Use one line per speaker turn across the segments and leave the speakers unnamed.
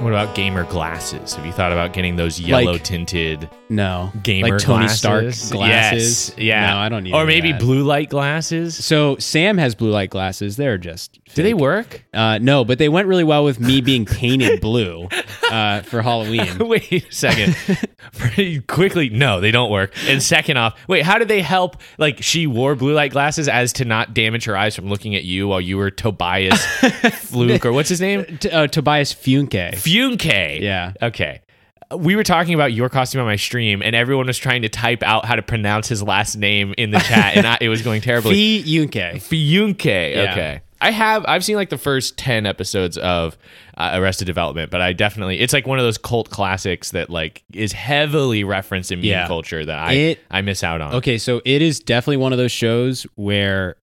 What about gamer glasses? Have you thought about getting those yellow tinted
No.
gamer
like Tony
glasses?
Stark glasses.
Yes. Yeah.
No, I don't need
Or
any of
maybe
that.
blue light glasses.
So Sam has blue light glasses. They're just.
Do they
fake.
work?
Uh, no, but they went really well with me being painted blue uh, for Halloween.
Wait a second. Pretty quickly, no, they don't work. And second off, wait, how did they help? Like, she wore blue light glasses as to not damage her eyes from looking at you while you were Tobias Fluke or what's his name?
T- uh, Tobias Funke.
Funke.
Yeah.
Okay. We were talking about your costume on my stream, and everyone was trying to type out how to pronounce his last name in the chat, and I, it was going terribly.
Fee Yunke.
Fiunke.
Yeah.
Okay. I have I've seen like the first 10 episodes of uh, Arrested Development, but I definitely it's like one of those cult classics that like is heavily referenced in meme
Yeah.
culture that I
It-
I miss out on.
Okay, so it is definitely one of those shows where,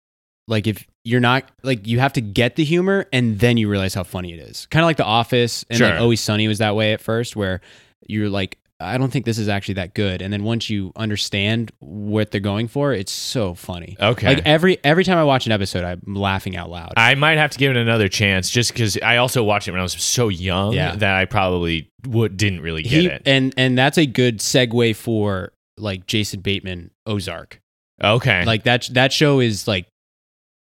like, if you're not like, you have to get the humor and then you realize how funny it is. Kind of like The Office and like
Sure.
Always Sunny was that way at first, where you're like, I don't think this is actually that good, and then once you understand what they're going for, it's so funny.
Okay.
like every every time I watch an episode, I'm laughing out loud.
I might have to give it another chance just because I also watched it when I was so young
Yeah.
that I probably would, didn't really get
He-
it.
and and that's a good segue for like Jason Bateman Ozark.
Okay.
Like that that show is like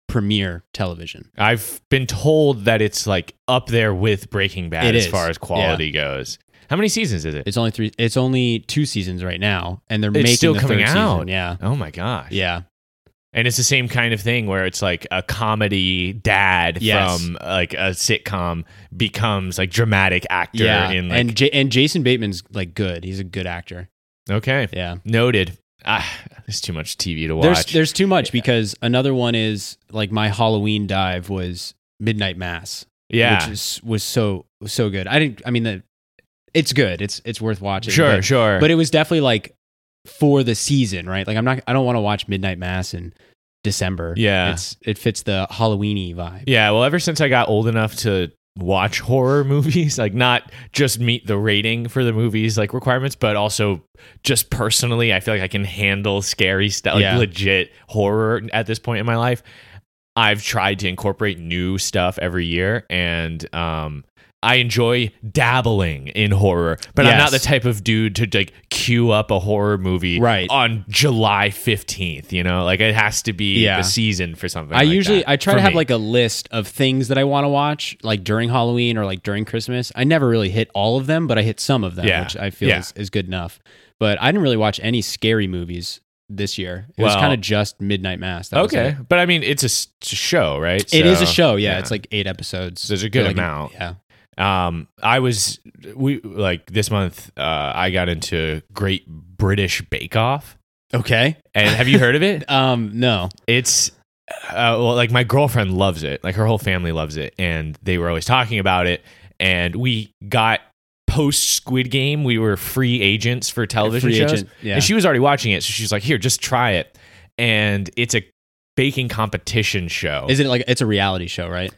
premiere television.
I've been told that it's like up there with Breaking Bad
It
as
is.
far as quality goes. How many seasons is it?
It's only three. It's only two seasons right now, and they're
It's
making
still
the
coming
third
out.
Season. Yeah,
oh my gosh.
yeah,
And it's the same kind of thing where it's like a comedy dad
Yes.
from like a sitcom becomes like dramatic actor
yeah.
in like
and J- and Jason Bateman's like good. He's a good actor.
okay
Yeah.
noted. Ah, there's too much TV to watch.
There's there's too much because another one is like my Halloween dive was Midnight Mass.
yeah,
which is, was so was so good. I didn't. I mean, the it's good. It's it's worth watching.
sure,
but,
sure.
but it was definitely like for the season, right? Like I'm not. I don't want to watch Midnight Mass in December.
Yeah.
it's it fits the Halloweeny vibe.
yeah, well, ever since I got old enough to watch horror movies, like not just meet the rating for the movies like requirements, but also just personally, I feel like I can handle scary stuff, like
Yeah.
legit horror at this point in my life. I've tried to incorporate new stuff every year, and um, I enjoy dabbling in horror. But I'm not the
Yes.
type of dude to like queue up a horror movie
Right.
on July 15th. You know, like it has to be
Yeah.
the season for something.
I
like
usually
that
I try
for
to have
me.
like a list of things that I want to watch like during Halloween or like during Christmas. I never really hit all of them, but I hit some of them,
Yeah.
which I feel
Yeah.
is, is good enough. But I didn't really watch any scary movies this year. It was
Well-
kind of just Midnight Mass. That was
okay, but I mean, it's a s- show, right?
it. It is a
So,
show, yeah, It's like eight episodes.
So there's a good
Like,
amount.
Yeah.
Um, I was we like this month. Uh, I got into Great British Bake Off,
Okay.
and have you heard of it?
Um. No.
It's uh, well, like my girlfriend loves it. Like her whole family loves it, and they were always talking about it. And we got post Squid Game. We were free agents for television
Free
shows.
agent. Yeah.
And she was already watching it, so she's like, "Here, just try it." And it's a baking competition show.
is it like it's a reality show, right?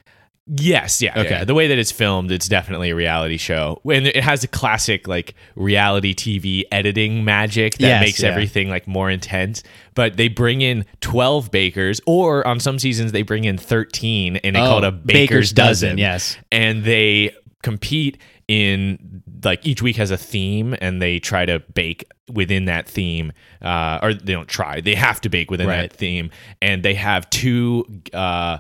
Yes, yeah.
Okay.
yeah. The way that it's filmed, it's definitely a reality show. And it has the classic like reality TV editing magic that
Yes,
makes
yeah.
everything like more intense. But they bring in 12 bakers or on some seasons they bring in 13 and they call it
Oh,
a baker's, dozen.
Yes.
And they compete in like each week has a theme and they try to bake within that theme uh, or they don't try they have to bake within
Right.
that theme and they have two uh,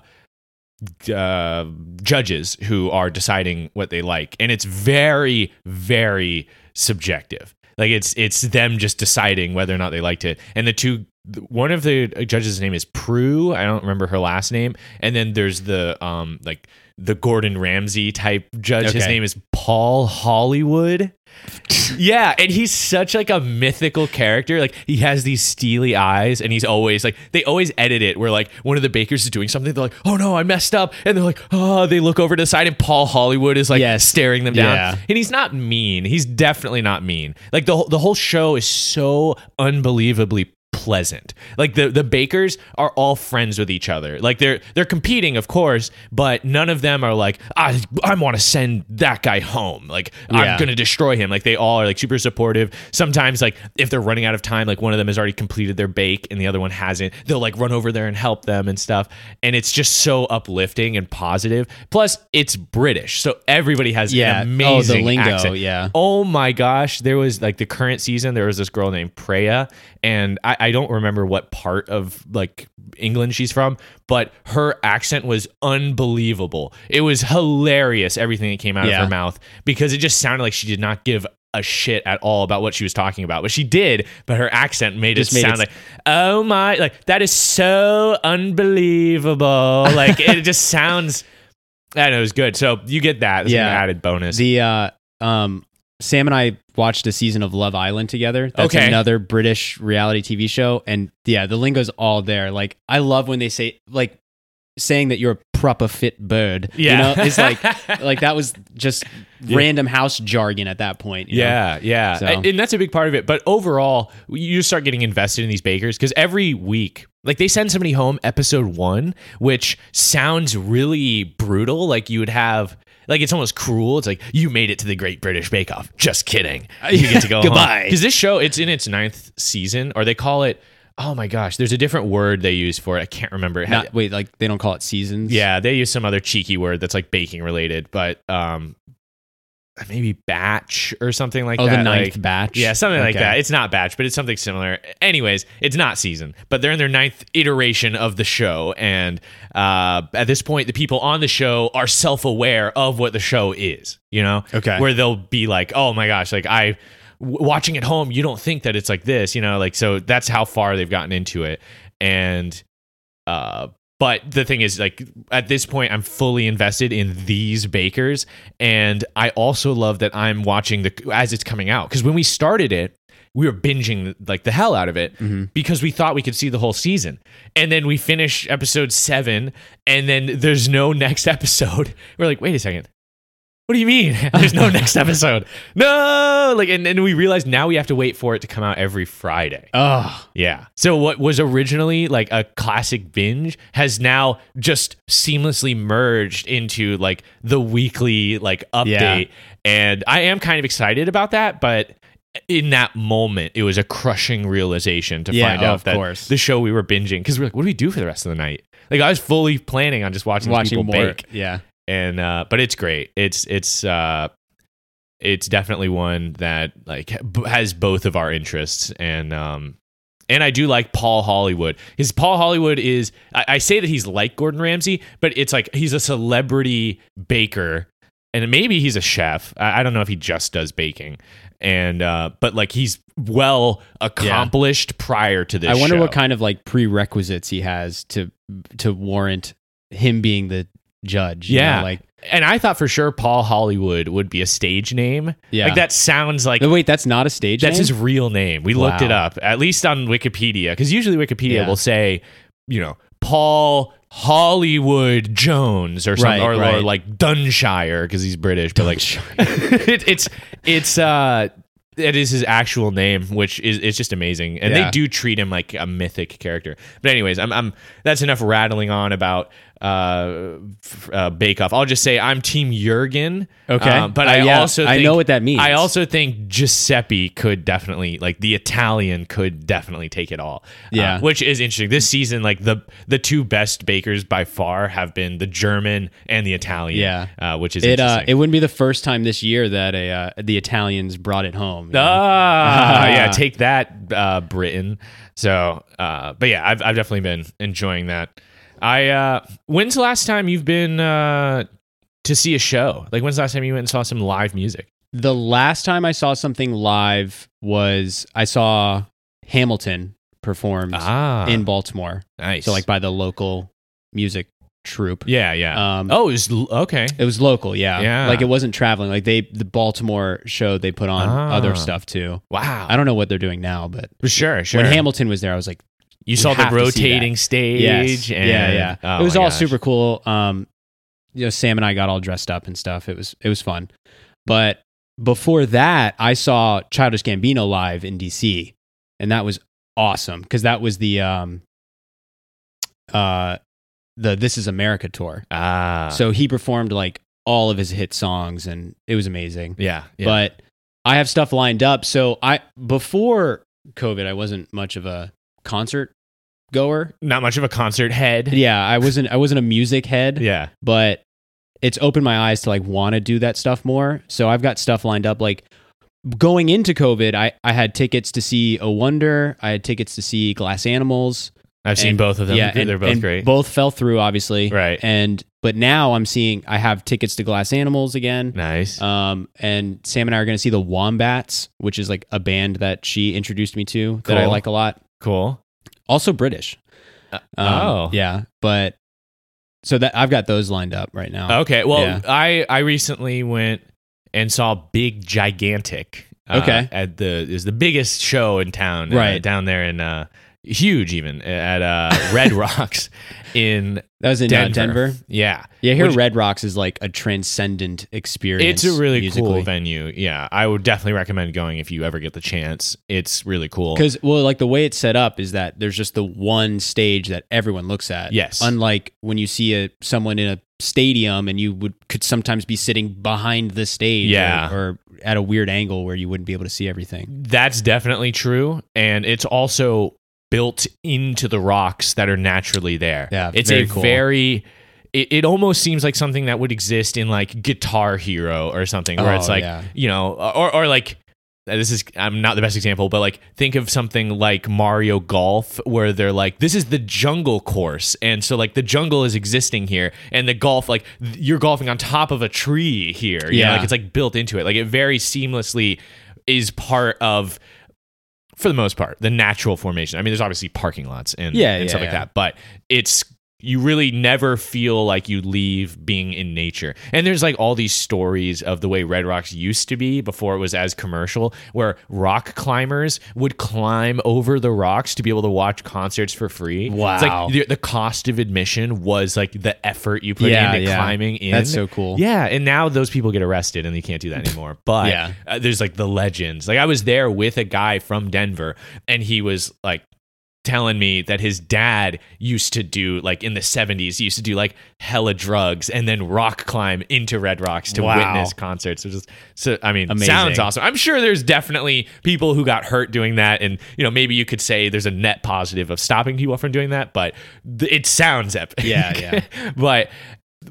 uh, judges who are deciding what they like, and it's very, very subjective. Like it's it's them just deciding whether or not they liked it. And the two, one of the judges' name is Prue. I don't remember her last name. And then there's the um like the Gordon Ramsay type judge. His
Okay.
name is Paul Hollywood. yeah, and he's such like a mythical character. Like he has these steely eyes, and he's always like they always edit it where like one of the bakers is doing something. They're like, "Oh no, I messed up," and they're like, "Oh." They look over to the side, and Paul Hollywood is like
Yes.
staring them down.
Yeah.
And he's not mean. He's definitely not mean. Like the whole- the whole show is so unbelievably pleasant. Like the the bakers are all friends with each other. Like they're they're competing, of course, but none of them are like I I want to send that guy home. Like
Yeah.
I'm gonna destroy him. Like they all are like super supportive. Sometimes like if they're running out of time, like one of them has already completed their bake and the other one hasn't, they'll like run over there and help them and stuff. And it's just so uplifting and positive. Plus, it's British, so everybody has
Yeah.
an
Oh, the
amazing
lingo.
accent.
Yeah.
Oh my gosh, there was like the current season, there was this girl named Preya, and I, I don't remember what part of like England she's from, but her accent was unbelievable. It was hilarious, everything that came out
Yeah.
of her mouth, because it just sounded like she did not give a shit at all about what she was talking about. But she did, but her accent made
Just
it
made
sound
it-
like, oh my, like that is so unbelievable. Like it just sounds. I know it was good. So you get that. It's
Yeah.
an added bonus.
The uh, um, Sam and I watched a season of Love Island together. That's
Okay.
another British reality TV show, and yeah, the lingo's all there. Like I love when they say like saying that you're a proper fit bird.
Yeah.
you know, it's like like that was just random house jargon at that point. you know?
Yeah, yeah.
So-
And and that's a big part of it. But overall, you just start getting invested in these bakers because every week, like they send somebody home episode one, which sounds really brutal. Like you would have. Like it's almost cruel. It's like you made it to the Great British Bake Off. Just kidding. You get to go
Uh, Goodbye.
Because this show, it's in its ninth season, or they call it. Oh my gosh, there's a different word they use for it. I can't remember. It had-
Not, wait, like they don't call it seasons.
yeah, they use some other cheeky word that's like baking related, but um, maybe batch or something like
Oh,
that.
the ninth
like-
batch.
yeah, something like
Okay.
that. It's not batch, but it's something similar. Anyways, it's not season, but they're in their ninth iteration of the show, and uh, at this point, the people on the show are self-aware of what the show is. You know,
Okay.
where they'll be like, "Oh my gosh!" Like I, w- watching at home, you don't think that it's like this. You know, like so that's how far they've gotten into it, and uh, but the thing is, like at this point, I'm fully invested in these bakers, and I also love that I'm watching the as it's coming out because when we started it, we were binging like the hell out of it
Mm-hmm.
because we thought we could see the whole season, and then we finish episode seven, and then there's no next episode. We're like, wait a second. What do you mean? There's no next episode. No, like, and then we realized now we have to wait for it to come out every Friday.
Oh,
Yeah. So what was originally like a classic binge has now just seamlessly merged into like the weekly like update. And I am kind of excited about that, but in that moment it was a crushing realization to
Yeah,
find
oh,
out
of
that
course.
the show we were binging because we're like, what do we do for the rest of the night? Like I was fully planning on just watching, watching
watching
people
more.
bake
Yeah.
and uh but it's great it's it's uh it's definitely one that like b- has both of our interests and um and I do like Paul Hollywood. His Paul Hollywood is I, I say that he's like Gordon Ramsay, but it's like he's a celebrity baker, and maybe he's a chef. I, I don't know if he just does baking, and uh, but like he's well accomplished prior to this.
I wonder
show.
what kind of like prerequisites he has to to warrant him being the judge. you know,
Yeah.
like
And I thought for sure Paul Hollywood would be a stage name.
yeah.
Like that sounds like
No, wait, that's not a stage.
That's
name?
his real name. We looked
Wow.
it up, at least on Wikipedia, because usually Wikipedia
Yeah.
will say, you know, Paul Hollywood Jones or something,
Right,
or, or
right.
like Dunshire because he's British, but like it, it's it's uh. It is his actual name, which is it's just amazing, and
Yeah.
they do treat him like a mythic character. But anyways, I'm, I'm that's enough rattling on about uh, f- uh Bake Off. I'll just say I'm Team Jurgen.
Okay.
Uh, but
Uh,
I
yeah,
also
I
think-
know what that means.
I also think Giuseppe could definitely like the Italian could definitely take it all.
Yeah.
Uh, which is interesting. This season, like the the two best bakers by far have been the German and the Italian.
Yeah.
uh, which is
It uh,
interesting.
it wouldn't be the first time this year that a uh, the Italians brought it home. you know?
Ah,
Ah.
yeah, take that, uh, Britain. So, uh, but yeah, I've, I've definitely been enjoying that. I uh, when's the last time you've been uh, to see a show? Like, when's the last time you went and saw some live music?
The last time I saw something live was I saw Hamilton performed
Ah,
in Baltimore.
nice.
So like by the local music troupe.
yeah, yeah.
Um,
oh, it was l- okay.
It was local, yeah.
Yeah.
Like it wasn't traveling. Like they, the Baltimore show, they put on
Ah.
other stuff too.
Wow.
I don't know what they're doing now, but
sure, sure.
when Hamilton was there, I was like,
you saw the
have to see that.
rotating stage.
yes,
And,
yeah, yeah.
Oh
it was
my
all
gosh.
super cool. Um, you know, Sam and I got all dressed up and stuff. It was it was fun. But before that, I saw Childish Gambino live in DC, and that was awesome because that was the um uh the This Is America tour.
Ah.
So he performed like all of his hit songs and it was amazing.
yeah. yeah.
But I have stuff lined up. So I before COVID, I wasn't much of a concert goer.
not much of a concert head.
Yeah, I wasn't I wasn't a music head,
Yeah.
but it's opened my eyes to like want to do that stuff more. So I've got stuff lined up like going into COVID, I I had tickets to see A Wonder, I had tickets to see Glass Animals.
I've seen
And-
both of them.
yeah,
they're both
and
great.
Both fell through obviously.
right.
And but now I'm seeing I have tickets to Glass Animals again.
nice.
Um, and Sam and I are going to see the Wombats, which is like a band that she introduced me to that I
Cool.
like a lot.
cool.
Also British.
Uh,
Um,
oh.
yeah, but so that I've got those lined up right now.
Okay. Well,
uh, yeah.
I I recently went and saw Big Gigantic. uh,
Okay.
At the is the biggest show in town. uh,
Right.
down there in uh huge even at uh Red Rocks in
That was in Denver.
Denver.
Denver.
Yeah.
Yeah, here
Which-
Red Rocks is like a transcendent experience.
It's a really cool
musically.
venue. Yeah. I would definitely recommend going if you ever get the chance. It's really cool.
Because well, like the way it's set up is that there's just the one stage that everyone looks at.
Yes.
Unlike when you see a someone in a stadium and you would could sometimes be sitting behind the stage. or-
Yeah.
Or, at a weird angle where you wouldn't be able to see everything.
That's definitely true. And it's also built into the rocks that are naturally there.
Yeah,
It's
very
a
cool.
very it, it almost seems like something that would exist in like Guitar Hero or something where it's
Oh,
like,
yeah.
you know, or or like uh, this is I'm not the best example, but like think of something like Mario Golf where they're like this is the jungle course and so like the jungle is existing here and the golf like th- you're golfing on top of a tree here. you know,
Yeah.
like it's like built into it. Like it very seamlessly is part of for the most part, the natural formation. I mean, there's obviously parking lots and,
Yeah,
and stuff
yeah,
like
yeah.
that, but it's you really never feel like you leave being in nature. And there's like all these stories of the way Red Rocks used to be before it was as commercial, where rock climbers would climb over the rocks to be able to watch concerts for free. It's
Wow.
like the, the cost of admission was like the effort you put
Yeah,
into
yeah.
climbing in.
That's so cool.
Yeah, and now those people get arrested and they can't do that anymore. But
Yeah.
uh, there's like the legends. Like I was there with a guy from Denver and he was like telling me that his dad used to do like in the 70s he used to do like hella drugs and then rock climb into red rocks to
Wow.
witness concerts which is so i mean
Amazing.
sounds awesome i'm sure there's definitely people who got hurt doing that and you know maybe you could say there's a net positive of stopping people from doing that but th- it sounds epic
Yeah, yeah.
but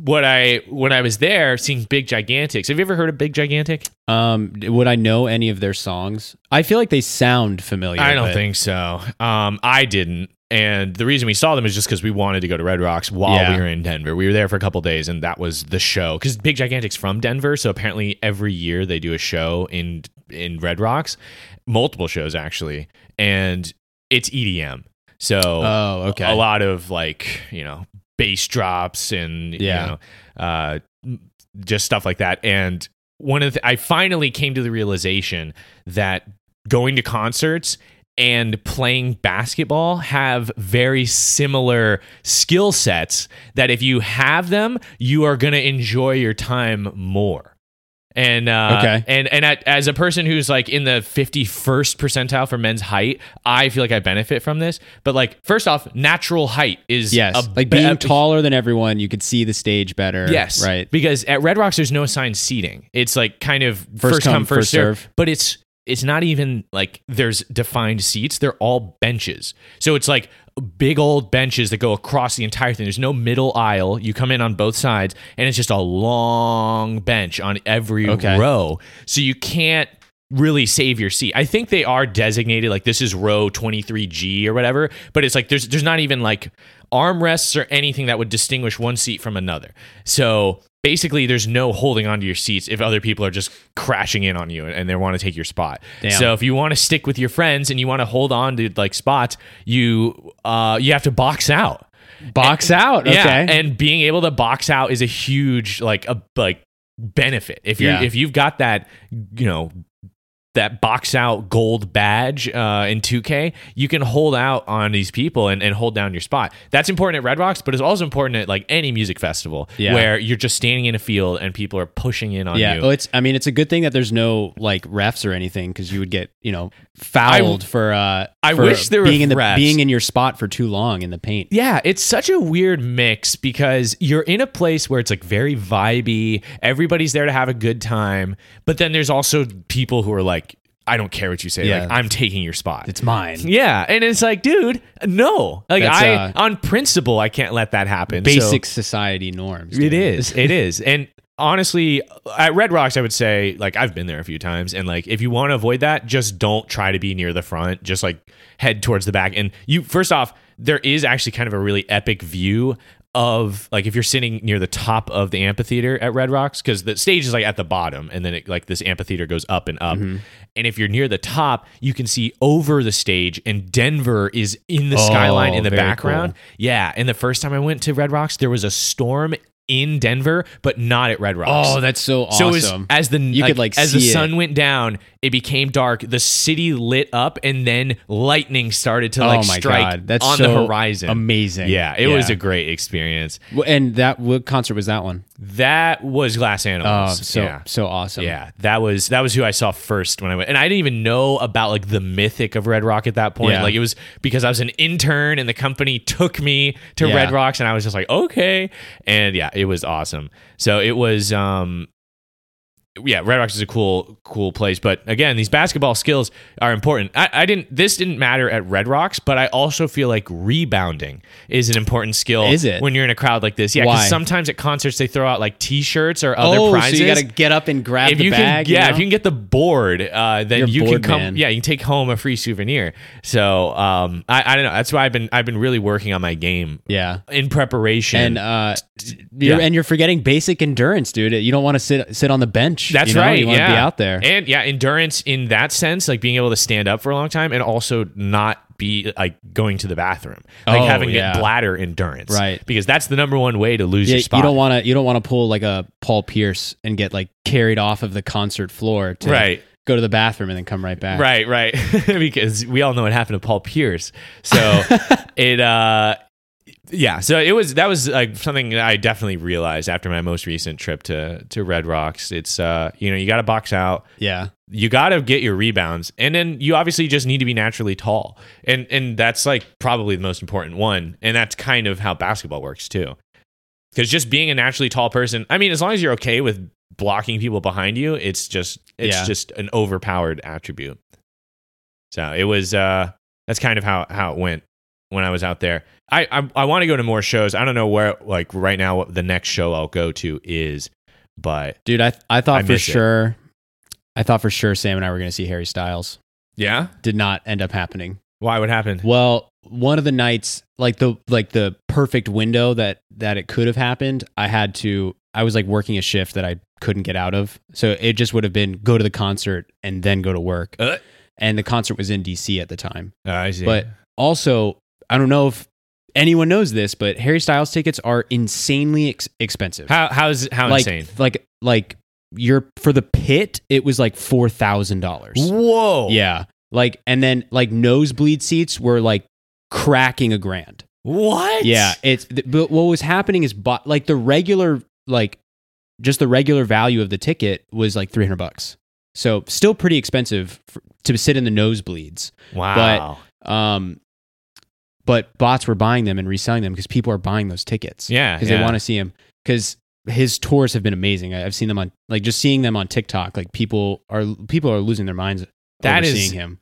what I when I was there seeing Big Gigantics. Have you ever heard of Big Gigantic?
Um, d- would I know any of their songs? I feel like they sound familiar.
I don't
but-
think so. Um, I didn't. And the reason we saw them is just because we wanted to go to Red Rocks while
Yeah.
we were in Denver. We were there for a couple days, and that was the show. Because Big Gigantic's from Denver, so apparently every year they do a show in in Red Rocks, multiple shows actually, and it's EDM. So
Oh, okay.
a lot of like you know bass drops and
Yeah.
you know uh just stuff like that and one of the, I finally came to the realization that going to concerts and playing basketball have very similar skill sets that if you have them you are going to enjoy your time more and uh,
Okay.
and and at, as a person who's like in the 51st percentile for men's height, I feel like I benefit from this. But like first off, natural height is
Yes,
a
like
be-
being taller than everyone, you could see the stage better.
Yes,
right.
Because at Red Rocks, there's no assigned seating. It's like kind of first, come, first, serve. But it's it's not even like there's defined seats. They're all benches. So it's like big old benches that go across the entire thing. There's no middle aisle. You come in on both sides, and it's just a long bench on every
Okay.
row. So you can't really save your seat. I think they are designated like this is row 23G or whatever, but it's like there's there's not even like armrests or anything that would distinguish one seat from another. So basically there's no holding onto your seats if other people are just crashing in on you and they want to take your spot.
Damn.
So if you want to stick with your friends and you want to hold on to like spots, you uh you have to box out.
Box out. Okay.
Yeah, and being able to box out is a huge like a like benefit. If you
Yeah.
if you've got that, you know, that box out gold badge uh, in 2K, you can hold out on these people and, and hold down your spot. That's important at Red Rocks, but it's also important at like any music festival
Yeah.
where you're just standing in a field and people are pushing in on
yeah.
you.
Oh, it's. I mean, it's a good thing that there's no like refs or anything because you would get you know fouled for. Uh,
I
for
wish there were
being in the
refs.
being in your spot for too long in the paint.
Yeah, it's such a weird mix because you're in a place where it's like very vibey. Everybody's there to have a good time, but then there's also people who are like, "I don't care what you say.
Yeah.
Like, I'm taking your spot."
It's mine.
yeah, and it's like, dude, no. Like
That's,
I,
uh,
on principle, I can't let that happen. So-
Basic society norms.
it
dude.
is. It is. And honestly, at Red Rocks, I would say, like, I've been there a few times. And, like, if you want to avoid that, just don't try to be near the front. Just, like, head towards the back. And you, first off, there is actually kind of a really epic view of, like, if you're sitting near the top of the amphitheater at Red Rocks, because the stage is, like, at the bottom. And then, it, like, this amphitheater goes up and up.
Mm-hmm.
And if you're near the top, you can see over the stage. And Denver is in the
Oh,
skyline in the
very
background.
cool.
Yeah, and the first time I went to Red Rocks, there was a storm in Denver, but not at Red Rocks.
Oh, that's so
so
awesome.
as, as the
You could, like,
as the
see it.
sun went down, it became dark. The city lit up, and then lightning started to
oh
like
my
strike
god, that's
on
so
the horizon.
Amazing.
Yeah, it was a great experience.
Well, And that what concert was that one?
That was Glass
Oh,
Animals.
so
yeah.
so awesome.
Yeah, that was that was who I saw first when I went, and I didn't even know about like the mythic of Red Rock at that point.
Yeah.
Like it was because I was an intern, and the company took me to
Yeah.
Red Rocks, and I was just like, okay, and yeah, it was awesome. So it was, um, yeah, Red Rocks is a cool, cool place. But again, these basketball skills are important. I, I didn't. This didn't matter at Red Rocks, but I also feel like rebounding is an important skill.
Is it?
when you're in a crowd like this? Yeah,
Why?
because sometimes at concerts they throw out like T-shirts or other
oh,
prizes
so you got to get up and grab
if
the
you
bag.
can, yeah, if
know?
you can get the board, uh, then
You're
you
board
can come.
man.
Yeah, you can take home a free souvenir. So um, I, I don't know. That's why I've been I've been really working on my game
yeah.
in preparation.
And uh, you're,
Yeah.
and you're forgetting basic endurance, dude. You don't want to sit sit on the bench.
that's
you know?
right.
You want
yeah,
to be out there.
And yeah, endurance in that sense, like being able to stand up for a long time, and also not be like going to the bathroom, like
Oh,
having
yeah.
bladder endurance,
Right.
Because that's the number one way to lose
Yeah,
your spot.
you don't want to you don't want to pull like a Paul Pierce and get like carried off of the concert floor to
right.
go to the bathroom and then come right back.
Right, right. because we all know what happened to Paul Pierce. So it uh yeah, so it was that was like something that I definitely realized after my most recent trip to to Red Rocks. It's uh you know, you got to box out,
Yeah.
you got to get your rebounds, and then you obviously just need to be naturally tall. And and that's like probably the most important one, and that's kind of how basketball works too. Cuz just being a naturally tall person, I mean, as long as you're okay with blocking people behind you, it's just it's
Yeah.
just an overpowered attribute. So it was uh that's kind of how how it went when I was out there. I I, I want to go to more shows. I don't know where like right now what the next show I'll go to is, but
Dude, I I thought
I
for
miss it.
sure I thought for sure Sam and I were going to see Harry Styles.
yeah,
Did not end up happening.
why would happen?
Well, one of the nights, like the like the perfect window that that it could have happened, I had to. I was like working a shift that I couldn't get out of, so it just would have been go to the concert and then go to work.
Uh.
And the concert was in D.C. at the time.
Oh, I see.
But also, I don't know if anyone knows this, but Harry Styles tickets are insanely ex- expensive.
how how's how
like,
insane?
Like like you're for the pit, it was like four thousand dollars.
Whoa.
Yeah. Like and then like nosebleed seats were like cracking a grand.
What?
Yeah, it's th- but what was happening is bu- like the regular like just the regular value of the ticket was like 300 bucks. So still pretty expensive f to sit in the nosebleeds.
Wow.
Um but bots were buying them and reselling them because people are buying those tickets.
yeah.
Because
yeah.
they want to see him. Because his tours have been amazing. I- I've seen them on like just seeing them on TikTok. Like people are people are losing their minds
That
over
is-
seeing him.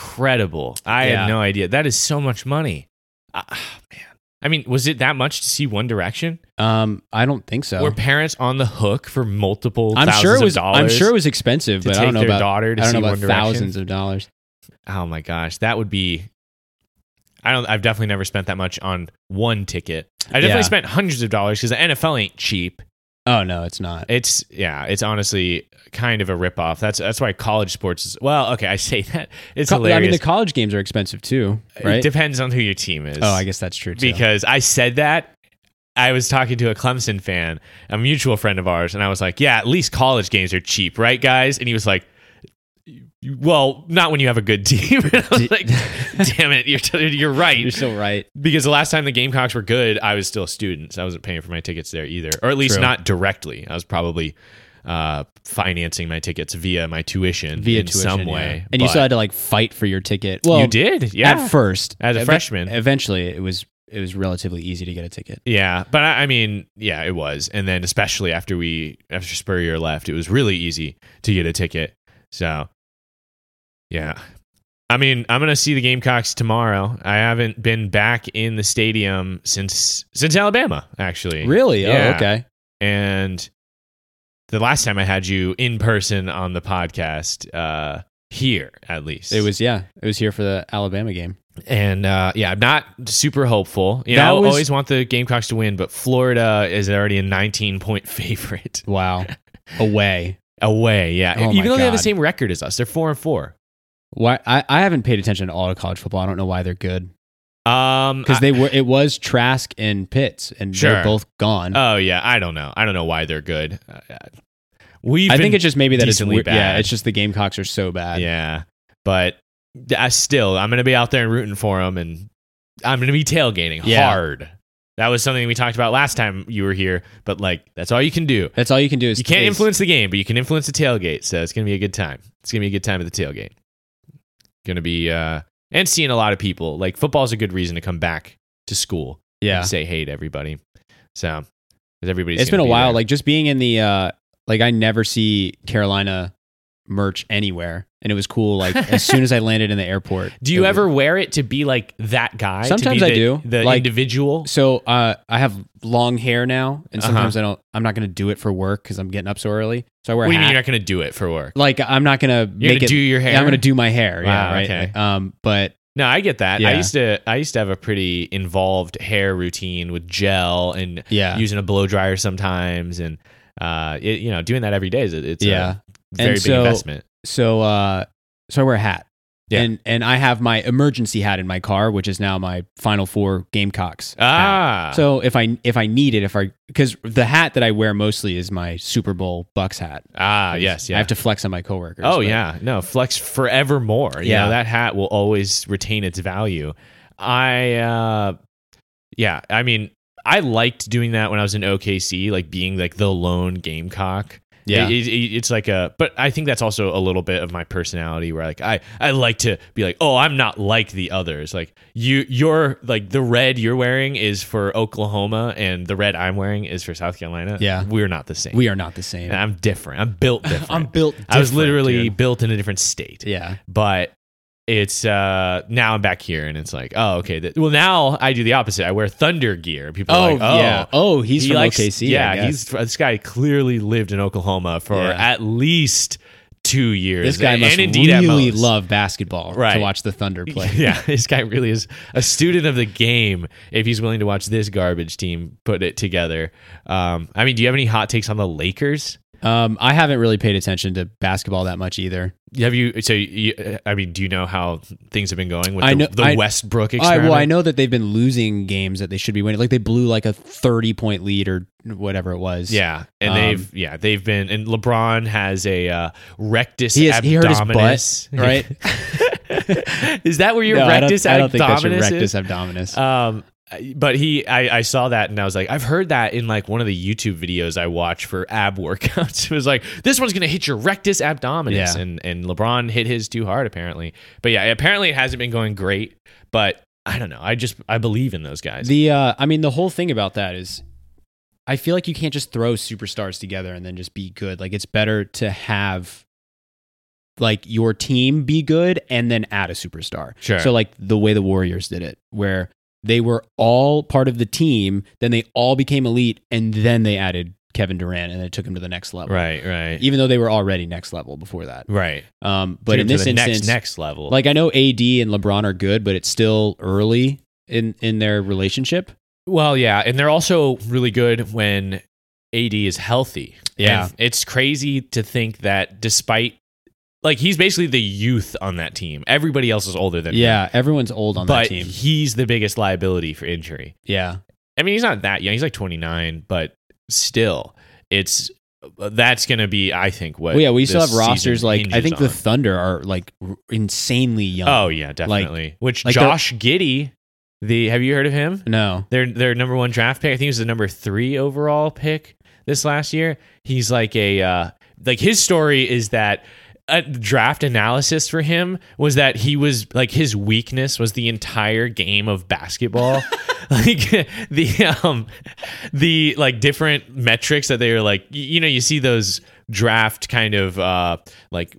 incredible. I
Yeah.
had no idea. That is so much money. Ah, man. I mean, was it that much to see One Direction?
Um, I don't think so.
Were parents on the hook for multiple?
I'm
thousands
sure it
of
was. I'm
dollars
sure it was expensive,
to
but
take
I don't know
their
about.
daughter to
I don't
see
know about
One Direction.
thousands of dollars.
Oh my gosh, that would be. I don't. I've definitely never spent that much on one ticket. I definitely
Yeah.
spent hundreds of dollars because the NFL ain't cheap.
Oh no, it's not.
It's yeah. It's honestly kind of a ripoff. That's that's why college sports is well. Okay, I say that it's
Co-
hilarious.
I mean, the college games are expensive too,
It
right?
depends on who your team is.
oh, I guess that's true too.
because I said that. I was talking to a Clemson fan, a mutual friend of ours, and I was like, "Yeah, at least college games are cheap, right, guys?" And he was like, you- well, not when you have a good team. And I was like, damn it, you're t- you're
You're
right.
still right.
Because the last time the Gamecocks were good, I was still a student, so I wasn't paying for my tickets there either, or at least
True.
not directly. I was probably uh, financing my tickets via my tuition
Via
in
tuition,
some
yeah.
way.
and you
but
still had to like fight for your ticket. Well,
you did, yeah.
at first
As a
Eve-
freshman.
Eventually, it was it was relatively easy to get a ticket.
Yeah, but I, I mean, yeah, it was, and then especially after we after Spurrier left, it was really easy to get a ticket. So, yeah, I mean, I'm gonna see the Gamecocks tomorrow. I haven't been back in the stadium since since Alabama, actually.
Really?
Yeah.
Oh, okay.
And the last time I had you in person on the podcast, uh, here at least
It was yeah. It was here for the Alabama game.
and uh, yeah, I'm not super hopeful. You
That
know, I
was-
always want the Gamecocks to win, but Florida is already a 19 point favorite
Wow. Away.
away. Yeah,
Oh my
even though they have the
God.
same record as us, they're four and four.
Why? I, I haven't paid attention at all to college football. I don't know why they're good
Um,
because
I-
they were. It was Trask and Pitts, and
Sure.
they're both gone.
oh yeah, I don't know. I don't know why they're good. Uh, We've
I
been-
think it's just maybe that it's
decently
weird. Yeah,
bad.
it's just the Gamecocks are so bad.
yeah, but I still I'm gonna be out there and rooting for them, and I'm gonna be tailgating
Yeah.
hard. That was something we talked about last time you were here, but like that's all you can do.
That's all you can do is
You can't
is-
influence the game, but you can influence the tailgate. So it's gonna be a good time. It's gonna be a good time at the tailgate. Gonna be uh, and seeing a lot of people. Like football's a good reason to come back to school.
Yeah,
and say hey to everybody. So because everybody's
it's been
gonna
a
be
while.
there.
Like just being in the uh, like I never see Carolina merch anywhere, and it was cool. Like as soon as I landed in the airport,
do
it
you
was-
ever wear it to be like that guy? To be
Sometimes I
the-
do.
The
Like-
individual.
So uh, I have long hair now, and
Uh-huh.
sometimes I don't. I'm not gonna do it for work because I'm getting up so early. So I wear
What
a
do you mean
hat.
you're not gonna do it for work?
like I'm not gonna
You're
make
gonna
it.
do your hair.
yeah, I'm gonna do my hair.
Wow,
yeah, right.
okay.
Um, but
No, I get that. I
Yeah.
used to. I used to have a pretty involved hair routine with gel and
yeah,
using a blow dryer sometimes, and uh, it, you know, doing that every day is it's a
yeah.
very big
so-
investment.
so uh so I wear a hat.
Yeah.
And and I have my emergency hat in my car, which is now my final four Gamecocks. hat.
Ah, so
So if I if I need it, if I because the hat that I wear mostly is my Super Bowl Bucks hat.
ah, yes, yeah.
I have to flex on my coworkers.
oh,
but-
yeah. No, flex forevermore. You
Yeah.
know, that hat will always retain its value. I, uh, yeah, I mean, I liked doing that when I was in OKC, like being like the lone Gamecock.
yeah,
It- it- it's like a, but I think that's also a little bit of my personality where like I, I like to be like, oh, I'm not like the others. Like you, you're like the red you're wearing is for Oklahoma, and the red I'm wearing is for South Carolina.
Yeah.
we're not the same.
we are not the same.
I'm different. I'm built different.
I'm built.
I was
different,
literally
dude.
built in a different state.
yeah,
But it's uh now I'm back here and it's like, oh, okay. That, well, now I do the opposite. I wear thunder gear. People are like, oh,
yeah. Oh, he's
he
from
likes-
OKC. I
Yeah,
guess.
he's this guy clearly lived in Oklahoma for
Yeah.
at least two years.
this guy
and
must
indeed at
really
most.
love basketball
Right.
to watch the Thunder play.
Yeah, this guy really is a student of the game. If he's willing to watch this garbage team put it together, um, I mean, do you have any hot takes on the Lakers?
Um, I haven't really paid attention to basketball that much either.
Have you? So, you, I mean, do you know how things have been going with
I
the,
know-
the
I-
Westbrook
I,
experiment?
well, I know that they've been losing games that they should be winning. Like they blew like a thirty point lead or whatever it was.
Yeah, and
Um,
they've yeah they've been and LeBron has a uh, rectus
He has- he hurt his
abdominis,
butt, right?
is that where your
No, I don't-
rectus
I don't, think that's your
abdominis is?
rectus abdominis.
Um, but he, I, I saw that and I was like, I've heard that in like one of the YouTube videos I watch for ab workouts. It was like, this one's gonna hit your rectus abdominis,
Yeah.
and and LeBron hit his too hard apparently. But yeah, apparently it hasn't been going great. But I don't know. I just I believe in those guys.
the uh, I mean, the whole thing about that is, I feel like you can't just throw superstars together and then just be good. Like it's better to have like your team be good and then add a superstar.
Sure.
So like the way the Warriors did it, where they were all part of the team, then they all became elite, and then they added Kevin Durant, and it took him to the next level.
right, right,
Even though they were already next level before that.
right.
Um, but
Take
in
it to
this
the
instance,
next next level,
like I know AD and LeBron are good, but it's still early in in their relationship.
Well, yeah, and they're also really good when AD is healthy.
Yeah.
And it's crazy to think that despite like he's basically the youth on that team. Everybody else is older than him.
Yeah, everyone's old on
but
that team.
he's the biggest liability for injury.
Yeah,
I mean, he's not that young. He's like 29, but still, it's that's going to be, I think, what.
well, yeah, we still
this
have rosters
season
like I
hinges
think the
on.
Thunder are like r- insanely young.
Oh yeah, definitely. Which
like they're-
Josh Giddy, the have you heard of him?
no,
Their their number one draft pick. I think he was the number three overall pick this last year. He's like a uh, like his story is that a draft analysis for him was that he was like his weakness was the entire game of basketball. like the um the like different metrics that they were like y- you know you see those draft kind of uh like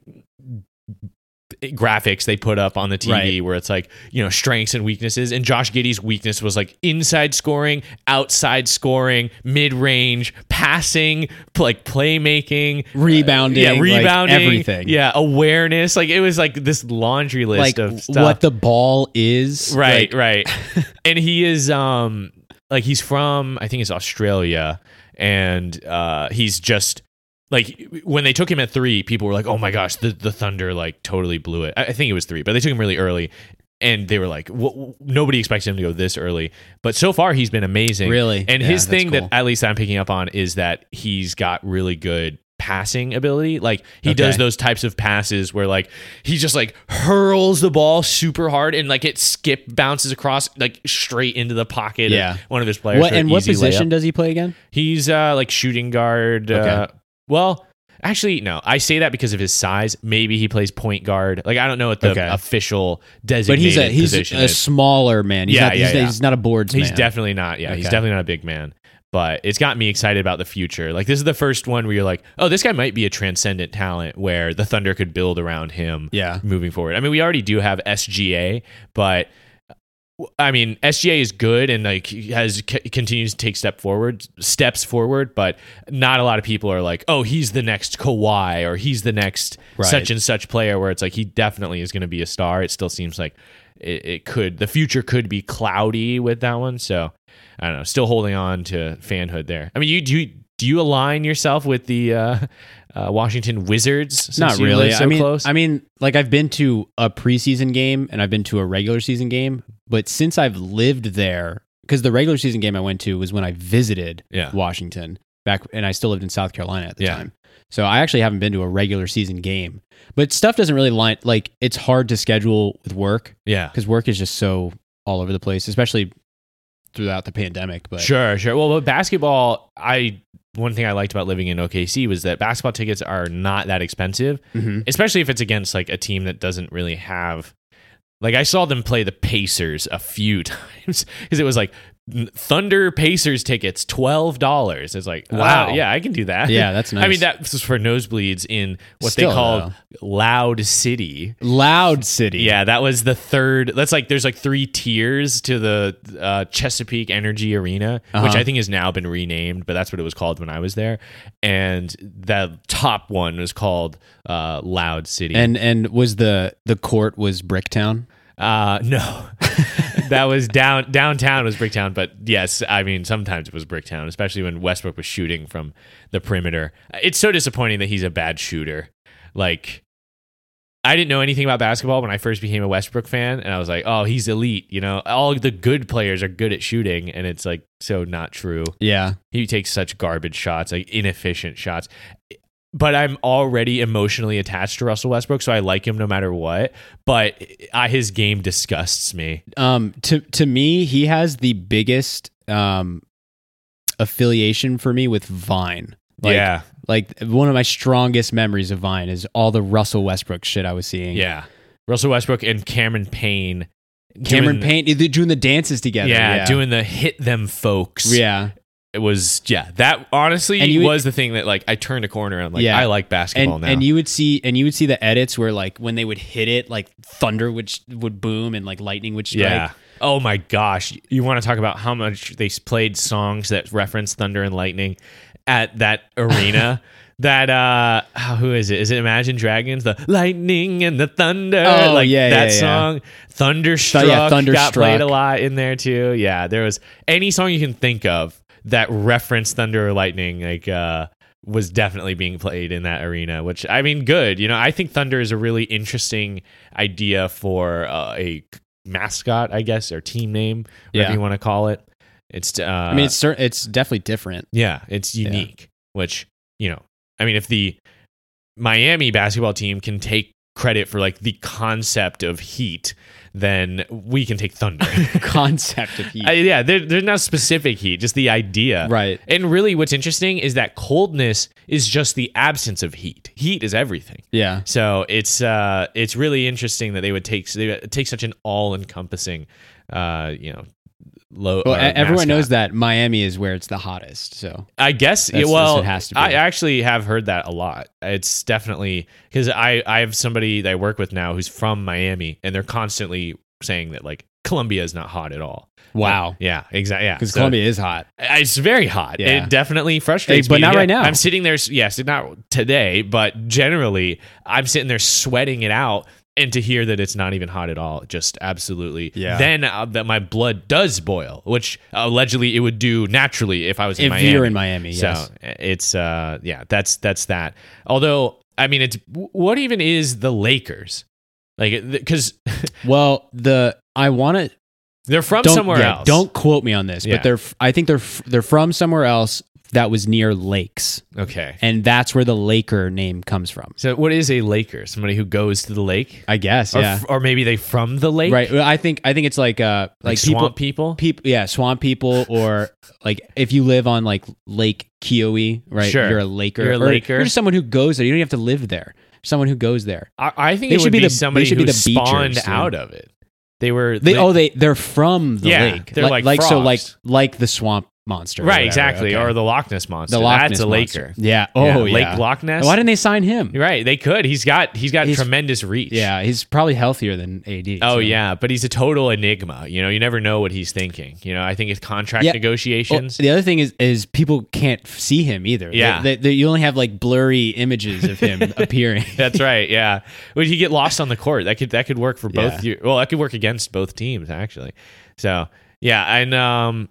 graphics they put up on the TV
Right.
where it's like, you know, strengths and weaknesses. And Josh Giddy's weakness was like inside scoring, outside scoring, mid range, passing, p- like playmaking,
rebounding,
Uh, yeah,
like,
rebounding,
everything.
Yeah, awareness. Like it was like this laundry list
like
of stuff.
what the ball is.
right,
Like,
right. and he is um like he's from I think it's Australia and uh he's just like when they took him at three, people were like, "Oh my gosh, the, the Thunder like totally blew it." I, I think it was three, but they took him really early, and they were like, "Wha- "Nobody expects him to go this early." But so far, he's been amazing.
Really?
And
Yeah,
his
that's
thing
cool.
that at least I'm picking up on is that he's got really good passing ability. Like he does
Okay.
those types of passes where like he just like hurls the ball super hard and like it skip bounces across like straight into the pocket
Yeah.
of one of his players.
What
for an
and what
easy
position
layup.
does he play again?
He's uh like shooting guard. Uh,
Okay.
well, actually no. I say that because of his size. Maybe he plays point guard. Like I don't know what the
Okay.
official
But
designated
he's a he's
position
a
is.
smaller man. He's
Yeah,
not,
yeah,
he's,
yeah.
he's not a boards
He's
man.
definitely not. Yeah, he's
Okay.
definitely not a big man. But it's got me excited about the future. Like this is the first one where you're like, oh, this guy might be a transcendent talent where the Thunder could build around him
yeah.
moving forward. I mean, we already do have SGA, but I mean, SGA is good and like has c- continues to take step forward, steps forward, but not a lot of people are like, "Oh, he's the next Kawhi or he's the next
Right.
such and such player." Where it's like he definitely is going to be a star. It still seems like it, it could the future could be cloudy with that one. So I don't know. Still holding on to fanhood there. I mean, you do. You, do you align yourself with the uh, uh, Washington Wizards? Since
Not
you
really.
live so
I mean,
close?
I mean, like I've been to a preseason game and I've been to a regular season game, but since I've lived there, because the regular season game I went to was when I visited
Yeah.
Washington back, and I still lived in South Carolina at the
Yeah.
time. So I actually haven't been to a regular season game, but stuff doesn't really line. Like it's hard to schedule with work
yeah.
because work is just so all over the place, especially throughout the pandemic. But
Sure, sure. Well, but basketball, I one thing I liked about living in OKC was that basketball tickets are not that expensive,
Mhm.
especially if it's against like a team that doesn't really have. Like I saw them play the Pacers a few times because it was like Thunder Pacers tickets twelve dollars. It's like wow,
Wow.
yeah, I can do that.
yeah, that's nice.
I mean that was for nosebleeds in what
Still,
they call
though.
Loud City.
loud city.
Yeah, that was the third. That's like there's like three tiers to the uh, Chesapeake Energy Arena, which
Uh-huh.
I think has now been renamed, but that's what it was called when I was there. And the top one was called uh, Loud City.
And and was the the court was Bricktown?
uh, no, that was down downtown was Bricktown, but yes, I mean sometimes it was Bricktown, especially when Westbrook was shooting from the perimeter. It's so disappointing that he's a bad shooter. Like I didn't know anything about basketball when I first became a Westbrook fan, and I was like, "Oh, he's elite." You know, all the good players are good at shooting, and it's like so not true.
Yeah.
He takes such garbage shots, like inefficient shots. But I'm already emotionally attached to Russell Westbrook, so I like him no matter what. But I, his game disgusts me.
Um to to me, he has the biggest um affiliation for me with Vine. Like,
yeah,
Like one of my strongest memories of Vine is all the Russell Westbrook shit I was seeing.
yeah. Russell Westbrook and Cameron Payne.
Cameron
doing-
Payne they're doing the dances together.
yeah,
Yeah.
doing the hit them folks.
yeah.
it was yeah. That honestly
And you-
was the thing that like I turned a corner. And I'm like,
Yeah.
I like basketball
and
now.
and you would see and you would see the edits where like when they would hit it, like thunder would sh- would boom and like lightning would strike.
Yeah. Oh my gosh. You want to talk about how much they s- played songs that reference Thunder and Lightning at that arena? that uh oh, who is it? Is it Imagine Dragons? The Lightning and the Thunder.
Oh,
like
yeah,
that
yeah, yeah.
song. Thunderstruck, got
Thunderstruck.
played a lot in there too. Yeah, there was any song you can think of that referenced Thunder or Lightning, like uh was definitely being played in that arena, which I mean, good. You know, I think Thunder is a really interesting idea for uh, a mascot, I guess, or team name, whatever
Yeah.
you want to call it. It's, uh,
I mean it's cer- it's definitely different.
yeah, it's unique, which you know I mean, if the Miami basketball team can take credit for like the concept of heat, then we can take thunder.
concept of heat.
I- yeah, they're, they're not specific heat, just the idea.
right.
And really, what's interesting is that coldness is just the absence of heat. Heat is everything.
Yeah.
So it's uh, it's really interesting that they would take they would take such an all encompassing, uh, you know, low.
Well,
or
e-
mascot.
everyone knows that Miami is where it's the hottest. So
I guess.
That's-
yeah, well,
that's- it has to be.
I actually have heard that a lot. It's definitely because I I have somebody that I work with now who's from Miami, and they're constantly saying that like Columbia is not hot at all.
wow,
Yeah. Exactly. Yeah.
because
So-
Columbia is hot.
I- It's very hot.
Yeah.
It definitely frustrates
Hey, but
me.
not
Yeah,
right now.
I'm sitting there. Yes, not today, but generally, I'm sitting there sweating it out. And to hear that it's not even hot at all, just absolutely.
Yeah.
Then uh, that my blood does boil, which allegedly it would do naturally if I was in
If
Miami.
you're in Miami,
so
yes.
it's uh yeah, that's that's that. Although I mean, it's what even is the Lakers? Like, because
Well, the I want to
they're from
don't,
somewhere
yeah,
else.
Don't quote me on this,
Yeah.
but they're f- I think they're f- they're from somewhere else that was near lakes,
okay.
and that's where the Laker name comes from.
So what is a Laker? Somebody who goes to the lake?
I guess,
or,
yeah.
f- or maybe they from the lake,
Right. Well, I think I think it's like uh
Like,
like, people
swamp people.
people yeah swamp people or like if you live on like Lake Kiowee, right?
Sure.
You're a Laker.
You're a
Or
Laker.
You're just someone who goes there. You don't have to live there. Someone who goes there.
I, I think
They
it
should
would
be
be,
the- they
somebody
should
who
be the
spawned
beachers, dude.
out of it. They were
They, oh they they're from the
Yeah,
lake.
they're like
so like
frogs.
like the swamp monster. or
right,
whatever,
exactly,
okay.
or the Loch Ness monster.
the Loch
That's
Ness
a
Monster.
Laker.
Yeah. Oh yeah.
Lake Loch Ness.
Why didn't they sign him?
right, they could. He's got he's got
He's-
tremendous reach.
Yeah, he's probably healthier than AD.
Oh
so.
yeah, but he's a total enigma. You know, you never know what he's thinking. You know, I think it's contract
Yeah. Well,
negotiations.
the other thing is, is people can't f- see him either. They-
Yeah.
they, they- you only have like blurry images of him appearing.
That's right. Yeah. Would you get lost on the court? That could that could work for both.
Yeah.
You, well, that could work against both teams actually. So yeah, and um,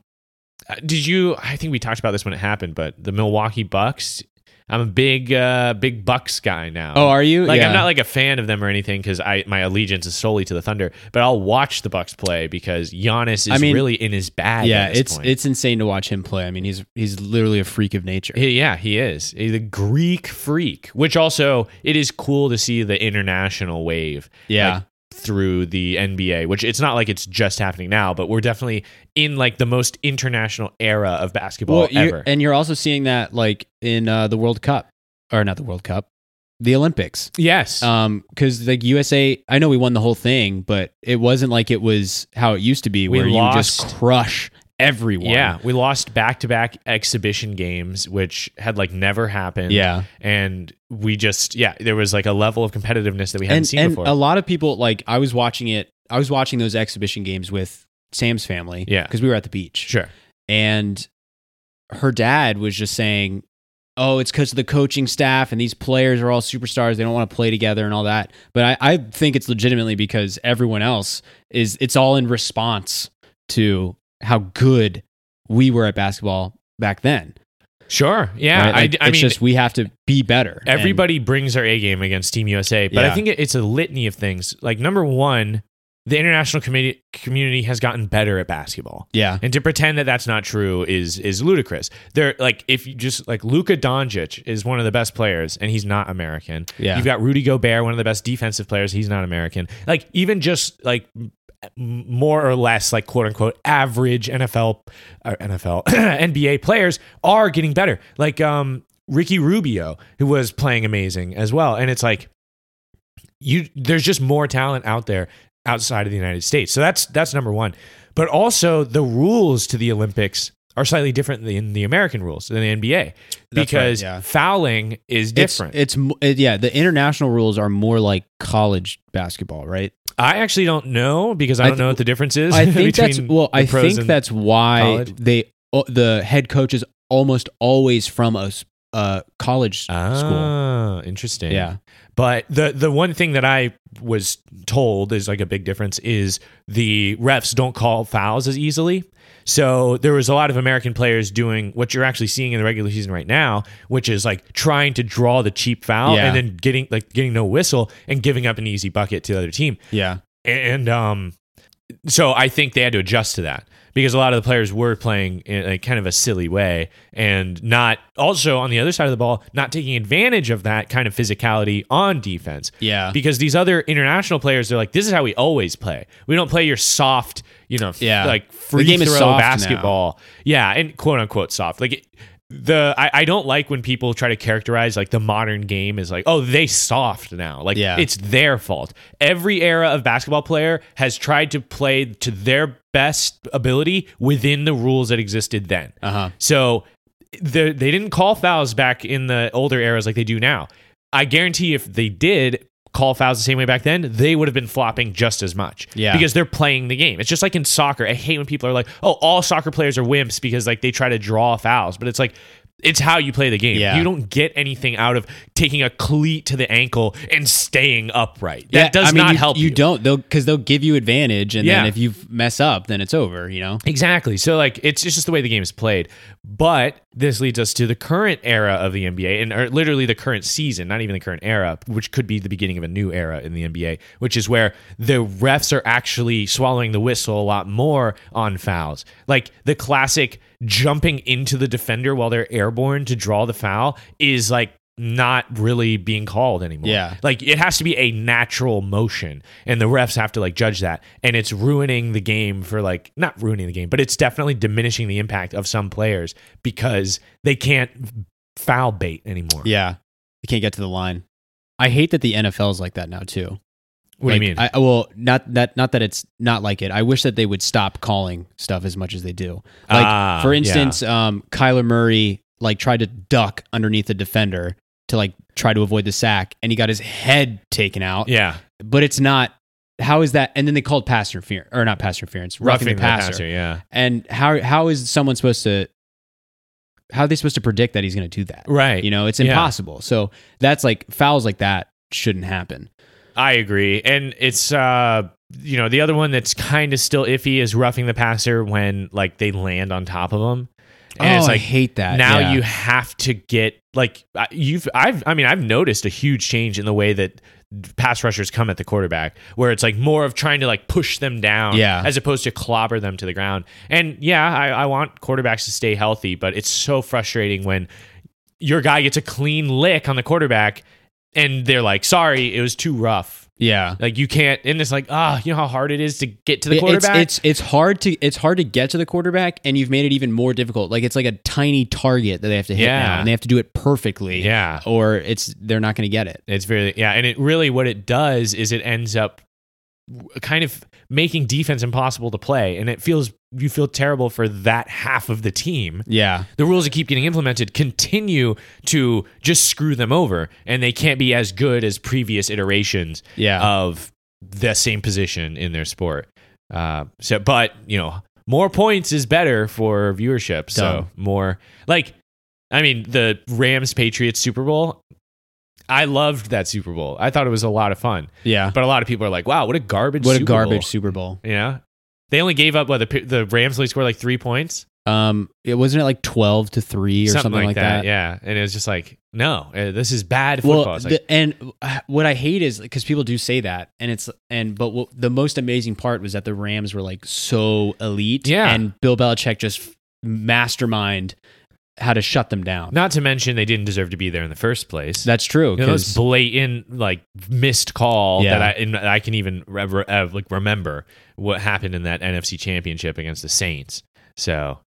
did you? I think we talked about this when it happened, but the Milwaukee Bucks. I'm a big uh big Bucks guy now.
Oh, are you?
like
yeah.
I'm not like a fan of them or anything because I my allegiance is solely to the Thunder, but I'll watch the Bucks play because Giannis is
I mean-
really in his bag.
Yeah,
at this
it's
point.
it's insane to watch him play. I mean, he's he's literally a freak of nature.
He- yeah, he is. He's a Greek freak, which also it is cool to see the international wave
yeah,
like, through the NBA, which it's not like it's just happening now, but we're definitely in like the most international era of basketball
well, you're-
ever.
and you're also seeing that like in uh, the World Cup or not the World Cup, the Olympics.
yes.
Um, because like USA, I know we won the whole thing, but it wasn't like it was how it used to be,
We
where you
lost.
just crush everyone.
yeah, we lost back-to-back exhibition games which had like never happened.
yeah.
And we just yeah, there was like a level of competitiveness that we hadn't
and,
seen
and
before.
a lot of people like I was watching it. I was watching those exhibition games with Sam's family.
Yeah.
because we were at the beach,
sure.
and her dad was just saying, "Oh, it's because of the coaching staff and these players are all superstars. They don't want to play together and all that." But I, I think it's legitimately because everyone else is. It's all in response to how good we were at basketball back then.
Sure. Yeah.
right? Like,
I, I
it's
mean
just we have to be better. And-
Everybody brings their A game against Team USA, but I
Yeah.
think it- it's a litany of things. Like number one, the international community community has gotten better at basketball,
yeah,
and to pretend that that's not true is is ludicrous. They're like if you just like Luka Doncic is one of the best players, and he's not American.
yeah.
You've got Rudy Gobert, one of the best defensive players. He's not American. Like even just like m- more or less like quote unquote average NFL or NFL NBA players are getting better. Like um Ricky Rubio, who was playing amazing as well. And it's like you there's just more talent out there outside of the United States. So that's that's number one. But also the rules to the Olympics are slightly different than the American rules than the NBA
That's right,
because
yeah.
fouling is different.
It's, it's mo- it, yeah. The international rules are more like college basketball, right?
I actually don't know because I
I
don't
th-
know what the difference is.
I think that's
between
well.
the
I
pros
think
and-
that's why
college.
they o- the head coach is almost always from a s- uh, college s- school.
ah, interesting.
Yeah,
but the the one thing that I was told is like a big difference is the refs don't call fouls as easily. So there was a lot of American players doing what you're actually seeing in the regular season right now, which is like trying to draw the cheap foul
Yeah.
and then getting like getting no whistle and giving up an easy bucket to the other team.
yeah,
and um so i think they had to adjust to that because a lot of the players were playing in a kind of a silly way and not also on the other side of the ball not taking advantage of that kind of physicality on defense
Yeah.
because these other international players they're like this is how we always play we don't play your soft you know f-
Yeah.
like free
game
throw
is soft now.
basketball yeah and quote unquote soft like it, the I, I don't like when people try to characterize like the modern game as like oh they soft now like
Yeah.
it's their fault every era of basketball player has tried to play to their best ability within the rules that existed then
Uh huh.
so the, they didn't call fouls back in the older eras like they do now. I guarantee if they did call fouls the same way back then, they would have been flopping just as much.
Yeah.
Because they're playing the game. It's just like in soccer. I hate when people are like, oh, all soccer players are wimps because like they try to draw fouls. But it's like, it's how you play the game.
Yeah.
You don't get anything out of taking a cleat to the ankle and staying upright. That does
I mean,
not
you,
help
You
you.
don't. They'll because they'll give you advantage, and then
Yeah.
if you mess up, then it's over. You know.
Exactly. So like it's it's just the way the game is played. But this leads us to the current era of the NBA and or literally the current season, not even the current era, which could be the beginning of a new era in the NBA, which is where the refs are actually swallowing the whistle a lot more on fouls. Like the classic jumping into the defender while they're airborne to draw the foul is like not really being called anymore.
Yeah.
Like it has to be a natural motion and the refs have to like judge that and it's ruining the game for like not ruining the game, but it's definitely diminishing the impact of some players because they can't foul bait anymore.
Yeah. You can't get to the line. I hate that the NFL's like that now too.
What
like,
do you mean?
I, well, not that not that it's not like it. I wish that they would stop calling stuff as much as they do. Like
Ah,
for
yeah.
instance, um, Kyler Murray like tried to duck underneath the defender to like try to avoid the sack, and he got his head taken out.
yeah.
But it's not. How is that? And then they called pass interference, or not pass interference, roughing, the passer.
yeah.
And how how is someone supposed to? How are they supposed to predict that he's going to do that?
Right.
You know, it's
Yeah.
impossible. So that's like fouls like that shouldn't happen.
I agree. And it's uh you know, the other one that's kind of still iffy is roughing the passer when like they land on top of them. And
oh,
it's
I
like
hate that.
now
Yeah.
you have to get like I- you've I've I mean I've noticed a huge change in the way that pass rushers come at the quarterback where it's like more of trying to like push them down
Yeah.
as opposed to clobber them to the ground and yeah I, I want quarterbacks to stay healthy but it's so frustrating when your guy gets a clean lick on the quarterback and they're like sorry it was too rough
yeah.
like you can't and it's like ah you know how hard it is to get to the
It-
quarterback
It's, it's it's hard to it's hard to get to the quarterback, and you've made it even more difficult. Like it's like a tiny target that they have to hit
Yeah.
now, and they have to do it perfectly.
yeah
or it's they're not going to get it.
It's very yeah, and it really what it does is it ends up kind of making defense impossible to play, and it feels you feel terrible for that half of the team.
Yeah,
The rules that keep getting implemented continue to just screw them over, and they can't be as good as previous iterations
yeah.
of the same position in their sport. Uh, so, but you know, more points is better for viewership. So
Dumb.
more like, I mean, the Rams Patriots Super Bowl. I loved that Super Bowl. I thought it was a lot of fun.
yeah.
But a lot of people are like, "Wow, what a garbage!
What a
Super
garbage Super Bowl.
Bowl. Yeah, they only gave up. What the P- the Rams only scored like three points,
Um, it wasn't it like twelve to three or something, like that.
Yeah, and it was just like, no, uh, this is bad football.
Well,
It's like,
the, and uh, what I hate is because people do say that, and it's and but what, the most amazing part was that the Rams were like so elite,
Yeah.
and Bill Belichick just mastermind how to shut them down.
not to mention they didn't deserve to be there in the first place.
That's true.
You know,
'cause-
those blatant like missed call
Yeah.
that I and I can even re- re- uh, like remember what happened in that NFC Championship against the Saints. So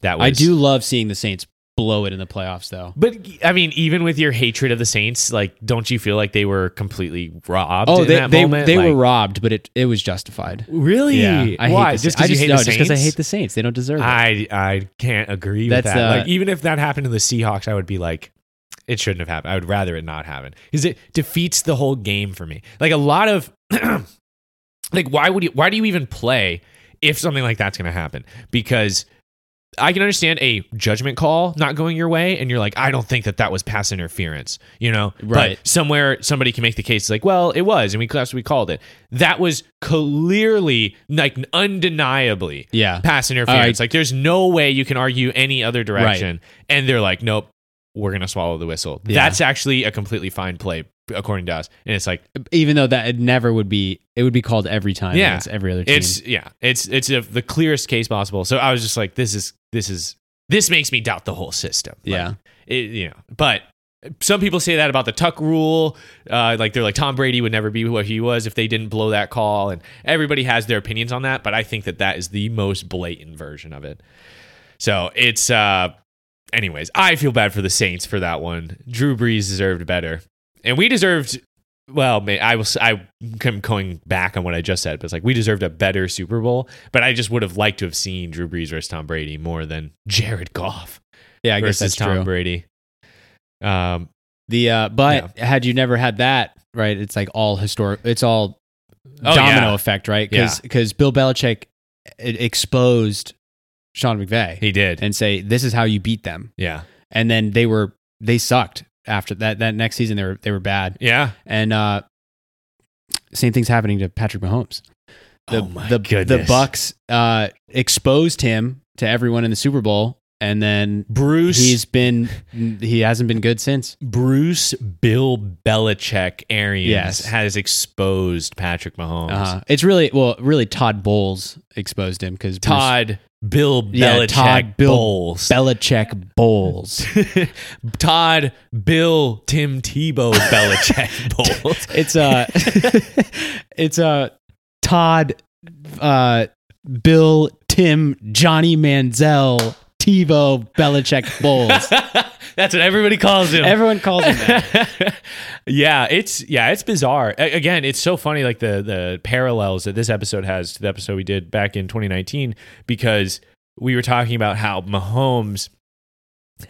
that was
I do love seeing the Saints blow it in the playoffs, though.
But I mean, even with your hatred of the Saints, like, don't you feel like they were completely robbed?
Oh,
in
they
that
they,
moment?
they were
Like,
robbed, but it, it was justified.
really.
I
Why?
Hate
just
the Saints. I
because you hate
no,
the
just
Saints?
I hate the Saints. They don't deserve it.
I I can't agree with
That's,
that.
uh,
like even if that happened to the Seahawks, I would be like, it shouldn't have happened. I would rather it not happen because it defeats the whole game for me. Like a lot of, like why would you? Why do you even play if something like that's going to happen? Because I can understand a judgment call not going your way, and you're like, I don't think that that was pass interference, you know?
Right.
But somewhere somebody can make the case like, well, it was, and we class we called it. That was clearly, like, undeniably,
Yeah.
pass interference. Like there's no way you can argue any other direction. And they're like, nope, we're gonna swallow the whistle.
Yeah.
That's actually a completely fine play according to us. And it's like
even though that it never would be it would be called every time
Yeah.
against every other team.
it's yeah, it's it's a, the clearest case possible. So I was just like, this is this is this makes me doubt the whole system. Like,
yeah.
it, you know, but some people say that about the tuck rule. Uh, like they're like Tom Brady would never be what he was if they didn't blow that call, and everybody has their opinions on that. But I think that that is the most blatant version of it. So it's, uh, anyways, I feel bad for the Saints for that one. Drew Brees deserved better, and we deserved. Well, man, I was I am going back on what I just said, but it's like we deserved a better Super Bowl. But I just would have liked to have seen Drew Brees versus Tom Brady more than Jared Goff
yeah, I guess
versus
that's
Tom
true.
Brady. Um,
The uh but had you never had that, right? It's like all historic it's all
Oh,
domino
yeah.
effect, right? Cuz Bill Belichick it exposed Sean McVay
he did.
and say this is how you beat them.
yeah,
And then they were they sucked after that that next season they were they were bad.
yeah.
And uh same thing's happening to Patrick Mahomes. The,
oh my
the,
goodness.
The Bucks uh, exposed him to everyone in the Super Bowl, and then
Bruce.
he's been he hasn't been good since.
Bruce Bill Belichick Arians
Yes.
has exposed Patrick Mahomes.
Uh, it's really well, really Todd Bowles exposed him because
Todd Bill Belichick
Yeah, Todd Bill
Bowles.
Belichick Bowles.
Todd Bill Tim Tebow Belichick Bowles.
it's uh it's uh Todd uh Bill Tim Johnny Manziel Tivo Belichick Bowles.
That's what everybody calls him.
Everyone calls him that.
yeah, it's yeah, it's bizarre. A- again, it's so funny like the the parallels that this episode has to the episode we did back in 2019 because we were talking about how Mahomes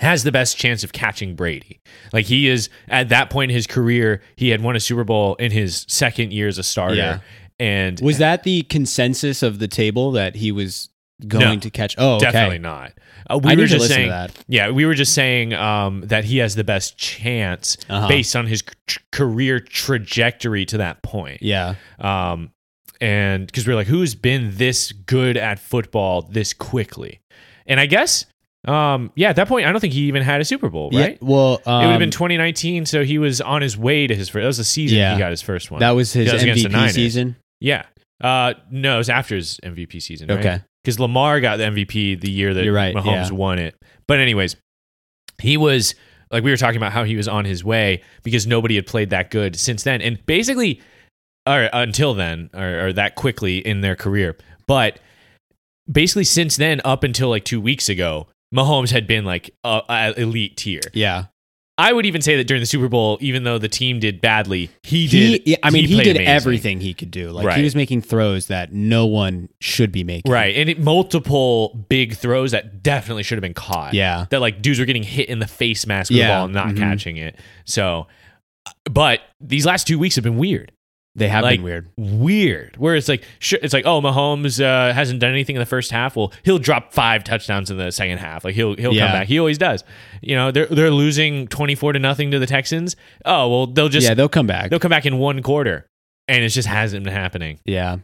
has the best chance of catching Brady. Like he is at that point in his career, he had won a Super Bowl in his second year as a starter.
Yeah.
And
Was that the consensus of the table that he was going
No.
to catch? Oh, okay.
definitely not. Uh,
I
we
need
were
to
just
listen
saying
to that.
Yeah, we were just saying um, that he has the best chance
Uh-huh.
based on his c- career trajectory to that point.
Yeah.
Um, and because we are like, who's been this good at football this quickly? And I guess, um, yeah, at that point, I don't think he even had a Super Bowl, right?
Yeah, well,
it would have
um,
been 2019, so he was on his way to his first. That was the season
Yeah.
he got his first one.
that was his
That was against the
MVP
Niners.
season.
yeah. Uh, no, it was after his MVP season. right?
Okay.
because Lamar got the MVP the year that
You're right,
Mahomes
yeah.
won it. But anyways, he was like we were talking about how he was on his way because nobody had played that good since then, and basically, or until then, or, or that quickly in their career. But basically, since then, up until like two weeks ago, Mahomes had been like a, a elite tier.
Yeah.
I would even say that during the Super Bowl, even though the team did badly, he
He,
did.
I mean, he,
played
did
amazing.
everything he could do. Like
Right.
he was making throws that no one should be making.
Right, and it, multiple big throws that definitely should have been caught.
Yeah.
that like dudes were getting hit in the face mask with the
Yeah.
ball and not
Mhm.
catching it. So, uh, but these last two weeks have been weird,
They have
Like-
been weird.
weird. Where it's like sure, it's like oh Mahomes uh, hasn't done anything in the first half. Well, he'll drop five touchdowns in the second half. Like he'll he'll
Yeah.
come back. He always does. You know they're they're losing twenty four to nothing to the Texans. Oh well they'll just
yeah, they'll come back.
they'll come back in one quarter, and it just hasn't been happening.
Yeah.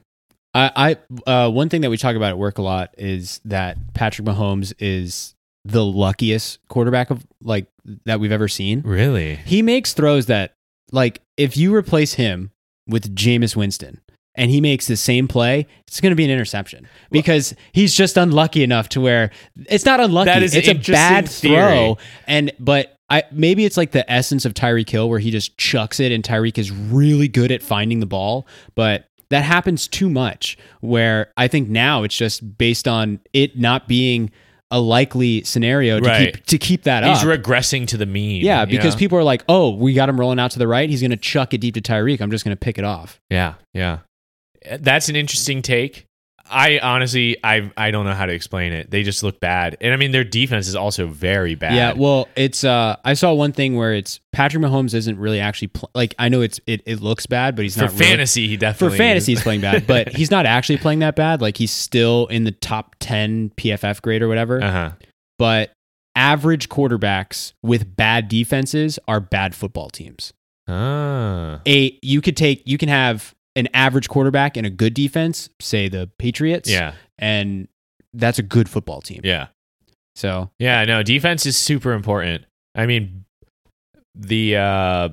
I, I uh, one thing that we talk about at work a lot is that Patrick Mahomes is the luckiest quarterback of like that we've ever seen.
Really?
He makes throws that like if you replace him with Jameis Winston and he makes the same play, it's going to be an interception because he's just unlucky enough to where it's not unlucky.
That is an
it's a
interesting
bad
theory.
throw, and but I maybe it's like the essence of Tyreek Hill where he just chucks it, and Tyreek is really good at finding the ball, but. That happens too much. Where I think now it's just based on it not being a likely scenario to
Right.
keep to keep that
He's
up.
regressing to the mean.
Yeah,
you
because
know?
people are like, "Oh, we got him rolling out to the right. He's going to chuck it deep to Tyreek. I'm just going to pick it off."
Yeah, yeah. Eh, That's an interesting take. I honestly, I I don't know how to explain it. They just look bad, and I mean their defense is also very bad.
Yeah, well, it's uh I saw one thing where it's Patrick Mahomes isn't really actually pl- like I know it's it, it looks bad, but he's
for
not really-
fantasy, he
for
definitely
fantasy
is.
he's playing bad, but he's not actually playing that bad. Like he's still in the top 10 PFF grade or whatever,
Uh-huh.
but average quarterbacks with bad defenses are bad football teams.
Ah.
A you could take you can have an average quarterback and a good defense, say the Patriots.
Yeah,
and that's a good football team.
yeah,
So
yeah. No, defense is super important. I mean, the uh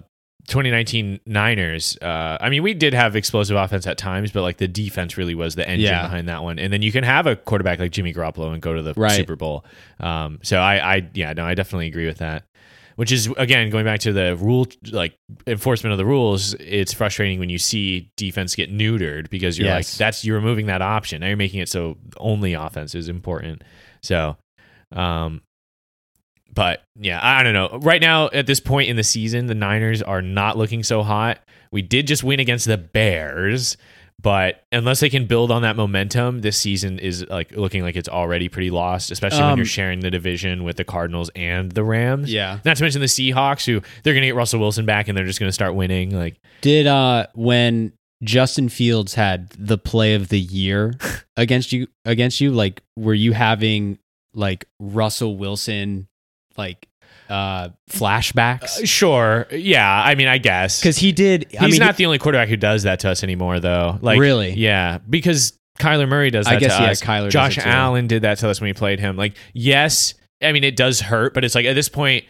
2019 Niners, uh, I mean, we did have explosive offense at times, but like the defense really was the engine
Yeah.
behind that one. And then you can have a quarterback like Jimmy Garoppolo and go to the
Right.
Super Bowl. Um, so I, I, yeah, no, I definitely agree with that. Which is again going back to the rule, like enforcement of the rules. It's frustrating when you see defense get neutered because you're
Yes.
like, that's you're removing that option. Now you're making it so only offense is important. So, um, but yeah, I I don't know. Right now, at this point in the season, the Niners are not looking so hot. We did just win against the Bears, but unless they can build on that momentum, this season is like looking like it's already pretty lost, especially when
Um,
you're sharing the division with the Cardinals and the Rams.
Yeah.
Not to mention the Seahawks, who they're going to get Russell Wilson back and they're just going to start winning. Like,
Did uh when Justin Fields had the play of the year against you against you, like were you having like Russell Wilson like uh flashbacks?
sure, yeah. I mean, I guess
Because he did
Uh, he's
I mean
not the only quarterback who does that to us anymore, though. Like,
Really?
yeah, because Kyler Murray does that
I guess
to
yeah,
us.
Kyler does
Josh
it too.
Allen did that to us when we played him. Like, yes, I mean, it does hurt, but it's like at this point,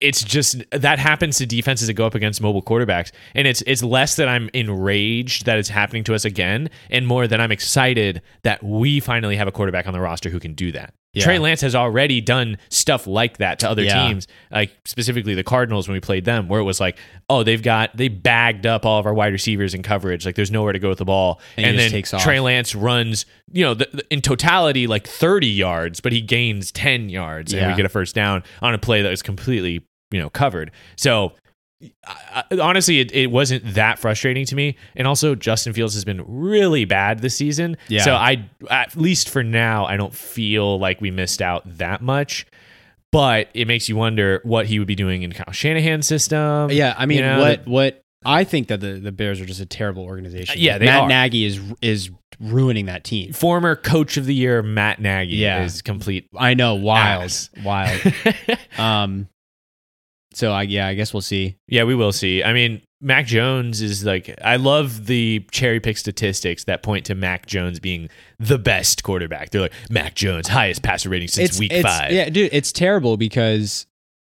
it's just that happens to defenses that go up against mobile quarterbacks. And it's it's less that I'm enraged that it's happening to us again, and more that I'm excited that we finally have a quarterback on the roster who can do that.
Yeah.
Trey Lance has already done stuff like that to other
Yeah.
teams, like specifically the Cardinals when we played them, where it was like, oh, they've got they bagged up all of our wide receivers in coverage, like there's nowhere to go with the ball,
And he
and
just
then
takes off.
Trey Lance runs, you know, the, the- in totality like 30 yards, but he gains 10 yards and
Yeah.
we get a first down on a play that was completely, you know, covered. So I, I- honestly, it, it wasn't that frustrating to me. And also, Justin Fields has been really bad this season.
Yeah.
So I, at least for now, I don't feel like we missed out that much. But it makes you wonder what he would be doing in Kyle Shanahan's system.
Yeah, I mean,
know,
what what I think that the, the Bears are just a terrible organization.
Uh, yeah, they
Matt
are.
Nagy is is ruining that team.
Former coach of the year Matt Nagy
Yeah.
is complete.
I know, wild,
Ass.
wild. um, so I yeah, I guess we'll see.
Yeah, we will see. I mean, Mac Jones is like I love the cherry pick statistics that point to Mac Jones being the best quarterback. They're like Mac Jones highest passer rating since week five.
Yeah, dude, it's terrible because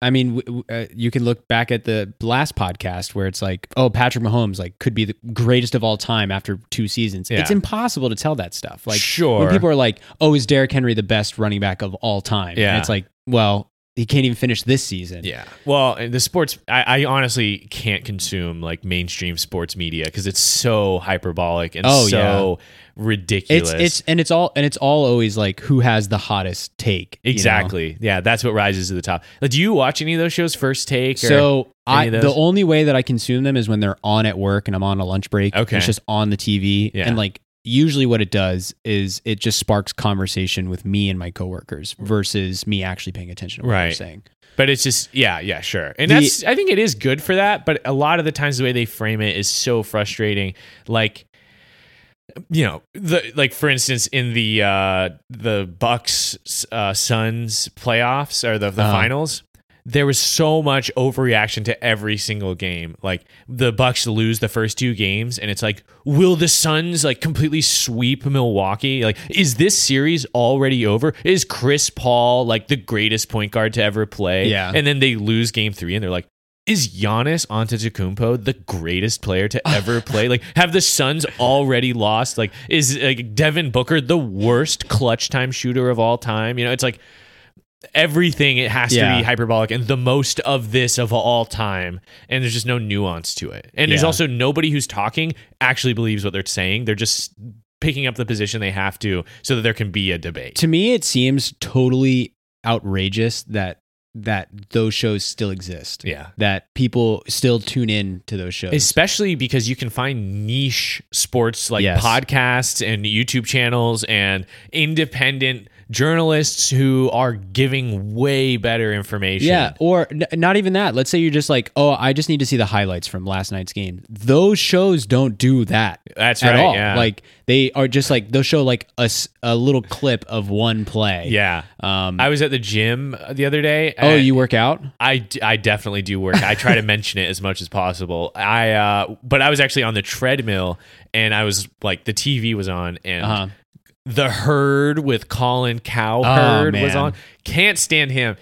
I mean, w- w- uh, you can look back at the last podcast where it's like, oh, Patrick Mahomes like could be the greatest of all time after two seasons.
Yeah.
It's impossible to tell that stuff. Like,
sure,
when people are like, oh, is Derrick Henry the best running back of all time?
Yeah.
and it's like, well, he can't even finish this season.
yeah. Well, and the sports, I, I honestly can't consume like mainstream sports media because it's so hyperbolic and
Oh,
so ridiculous.
It's it's and it's all and it's all always like who has the hottest take you know?
exactly yeah. That's what rises to the top. Like, do you watch any of those shows? First Take. or-
So I
any of
the
those?
only way that I consume them is when they're on at work and I'm on a lunch break.
Okay.
It's just on the TV.
Yeah.
And like usually what it does is it just sparks conversation with me and my coworkers versus me actually paying attention to what they're
Right.
saying.
But it's just yeah, yeah, sure. And
The-
that's I think it is good for that, but a lot of the times the way they frame it is so frustrating. Like you know, the like for instance in the uh the Bucks uh Suns playoffs or the, the
Uh-huh.
finals, there was so much overreaction to every single game. Like the Bucks lose the first two games, and it's like, will the Suns like completely sweep Milwaukee? Like, is this series already over? Is Chris Paul like the greatest point guard to ever play?
Yeah.
And then they lose game three, and they're like. Is Giannis Antetokounmpo the greatest player to ever play? Like, have the Suns already lost? Like, is like Devin Booker the worst clutch time shooter of all time? You know, it's like everything it has to
Yeah.
be hyperbolic and the most of this of all time and there's just no nuance to it and there's
Yeah.
also nobody who's talking actually believes what they're saying they're just picking up the position they have to so that there can be a debate
To me it seems totally outrageous that that those shows still exist.
yeah
That people still tune in to those shows.
especially because you can find niche sports like
Yes.
podcasts and YouTube channels and independent journalists who are giving way better information
Yeah, or n- not even that. Let's say you're just like, oh, I just need to see the highlights from last night's game. Those shows don't do that.
That's
at
right,
all.
yeah.
Like they are just like they'll show like a, s- a little clip of one play.
yeah
Um.
i was at the gym the other day
oh,
and-
you work out?
I, d- I definitely do work. I try to mention it as much as possible. I uh, but I was actually on the treadmill and I was like the TV was on and
Uh-huh.
the herd with Colin Cowherd was
Oh, man.
on. Can't stand him.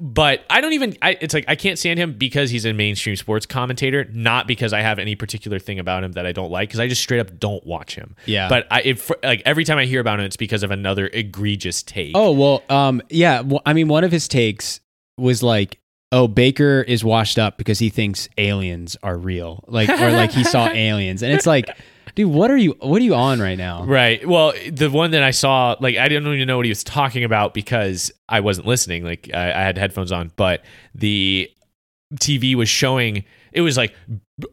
But I don't even. I, it's like I can't stand him because he's a mainstream sports commentator, not because I have any particular thing about him that I don't like. Because I just straight up don't watch him.
Yeah.
But I, if like every time I hear about him, it's because of another egregious take.
Oh well, um, yeah. Well, I mean, one of his takes was like, "Oh, Baker is washed up because he thinks aliens are real, like or like he saw aliens," and it's like, dude, what are you what are you on right now?
Right. Well, the one that I saw, like, I didn't even know what he was talking about because I wasn't listening. Like, I, I had headphones on, but the TV was showing it was like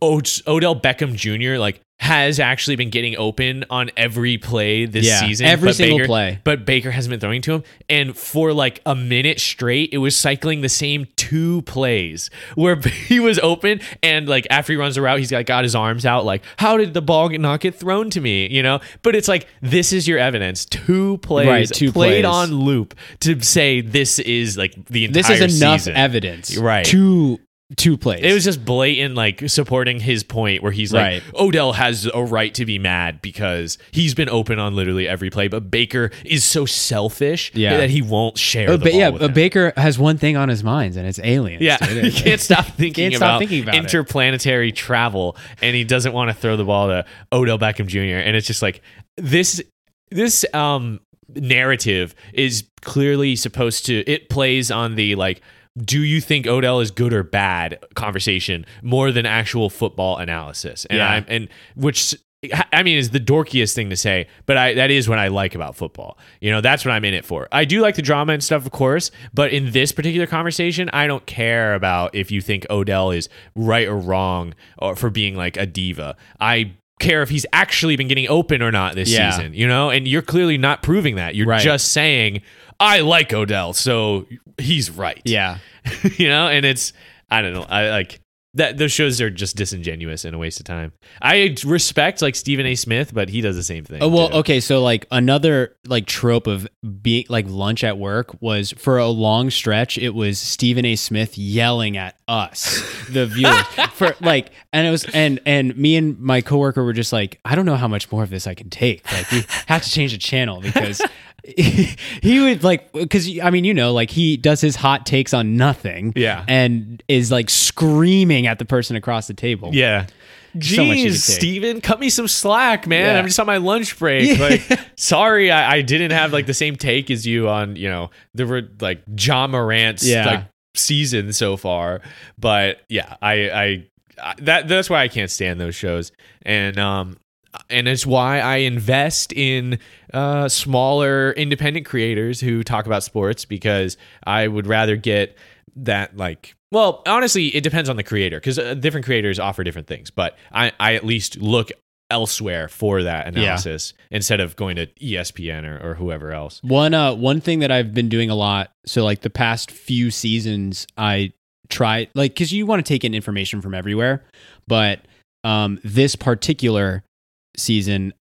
o- Odell Beckham Jr. like has actually been getting open on every play this
Yeah,
season.
every
but
single
Baker-
play.
but Baker hasn't been throwing to him. And for like a minute straight, it was cycling the same two plays where he was open and like after he runs the route, he's got, got his arms out. Like, how did the ball get, not get thrown to me? You know. But it's like this is your evidence: two plays,
Right, two
played
plays.
on loop to say this is like the entire.
This is enough
season.
evidence,
Right.
To two plays.
It was just blatant, like supporting his point where he's like,
Right.
Odell has a right to be mad because he's been open on literally every play, but Baker is so selfish
Yeah.
that he won't share. the
Uh, but
ball
yeah,
with
uh,
him.
Baker has one thing on his mind, and it's aliens.
Yeah,
dude.
he can't stop thinking
Can't stop
about,
thinking about it.
interplanetary travel, and he doesn't want to throw the ball to Odell Beckham Jr. And it's just like this, this um narrative is clearly supposed to. It plays on the like, do you think Odell is good or bad conversation more than actual football analysis? And
Yeah.
I'm and which. I mean, is the dorkiest thing to say, but I that is what I like about football. You know, that's what I'm in it for. I do like the drama and stuff, of course, but in this particular conversation, I don't care about if you think Odell is right or wrong or for being like a diva. I care if he's actually been getting open or not this
Yeah.
season, you know? And you're clearly not proving that. You're
Right.
just saying, I like Odell, so he's right.
yeah.
you know, and it's I don't know. I like that those shows are just disingenuous and a waste of time. I respect like Stephen A. Smith, but he does the same thing.
Oh, well,
too.
okay. So like another like trope of being like lunch at work was for a long stretch. It was Stephen A. Smith yelling at us, the viewers, for like, and it was and and me and my coworker were just like, I don't know how much more of this I can take. Like we have to change the channel because. he would like because I mean you know like he does his hot takes on nothing
Yeah.
and is like screaming at the person across the table
Yeah.
So much
Jeez,
you could take.
Steven, cut me some slack, man.
Yeah.
I'm just on my lunch break. Like, sorry, I, I didn't have like the same take as you on, you know, the re- like John Morant's
Yeah.
like season so far. But yeah, I, I, I that that's why I can't stand those shows, and um, and it's why I invest in uh, smaller independent creators who talk about sports because I would rather get that like well honestly it depends on the creator because uh, different creators offer different things but I, I at least look elsewhere for that analysis instead of going to E espn or, or whoever else
One uh one thing that I've been doing a lot, so like the past few seasons I try like cuz you want to take in information from everywhere, but um this particular season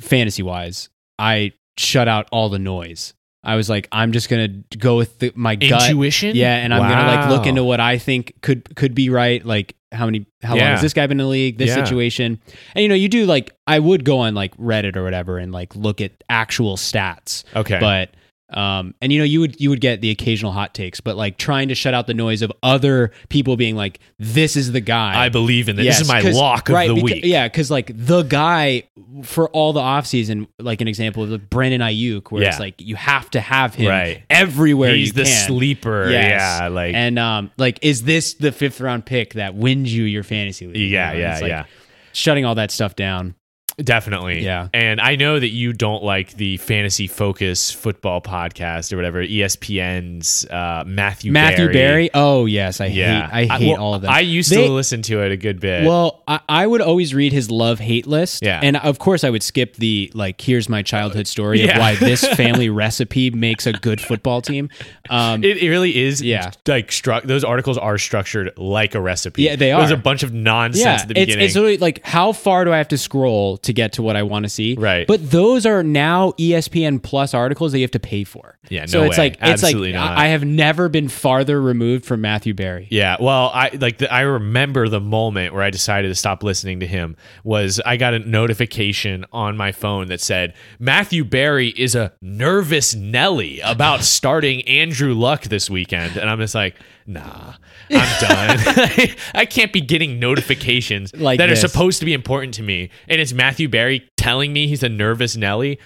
fantasy-wise, I shut out all the noise. I was like I'm just going to go with the, my gut.
intuition
Yeah, and I'm gonna like look
Wow.
into what I think could could be right. Like how many how long
Yeah.
has this guy been in the league? This
Yeah.
situation, and you know you do like I would go on like Reddit or whatever and like look at actual stats,
okay
but um and you know you would you would get the occasional hot takes, but like trying to shut out the noise of other people being like this is the guy.
i believe in this
Yes,
this is my
'cause-
lock of
right,
the
beca-
week
Yeah, because like the guy for all the offseason, like an example of like Brandon Ayuk, where
Yeah.
it's like you have to have him
Right.
everywhere.
he's
you
the
can.
sleeper
Yes.
yeah like
And um, like, is this the fifth round pick that wins you your fantasy league?
yeah
You know,
yeah
it's like
yeah
Shutting all that stuff down.
Definitely.
Yeah.
And I know that you don't like the fantasy focus football podcast or whatever, E ESPN's uh, Matthew
Matthew
Berry.
Barry. Oh yes, I
Yeah.
hate. I hate
well,
all of them.
I used
They-
to listen to it a good bit.
well, I, I would always read his love hate list.
Yeah.
And of course, I would skip the like, here's my childhood story
Yeah.
of why this family recipe makes a good football team. Um,
it, it really is
Yeah.
like struck those articles are structured like a recipe.
Yeah, they
There's
are.
a bunch of nonsense
yeah,
at the
it's,
beginning.
it's really like, how far do I have to scroll to get to what I want to see.
Right.
But those are now E ESPN Plus articles that you have to pay for.
Yeah, no
so it's
way.
like it's
Absolutely
like
not.
I I have never been farther removed from Matthew Barry.
Yeah, well, I like the, I remember the moment where I decided to stop listening to him was I got a notification on my phone that said Matthew Barry is a nervous Nelly about starting Andrew Luck this weekend, and I'm just like, nah, I'm done. I can't be getting notifications
Like
that
this.
are supposed to be important to me, and it's Matthew Barry telling me he's a nervous Nelly.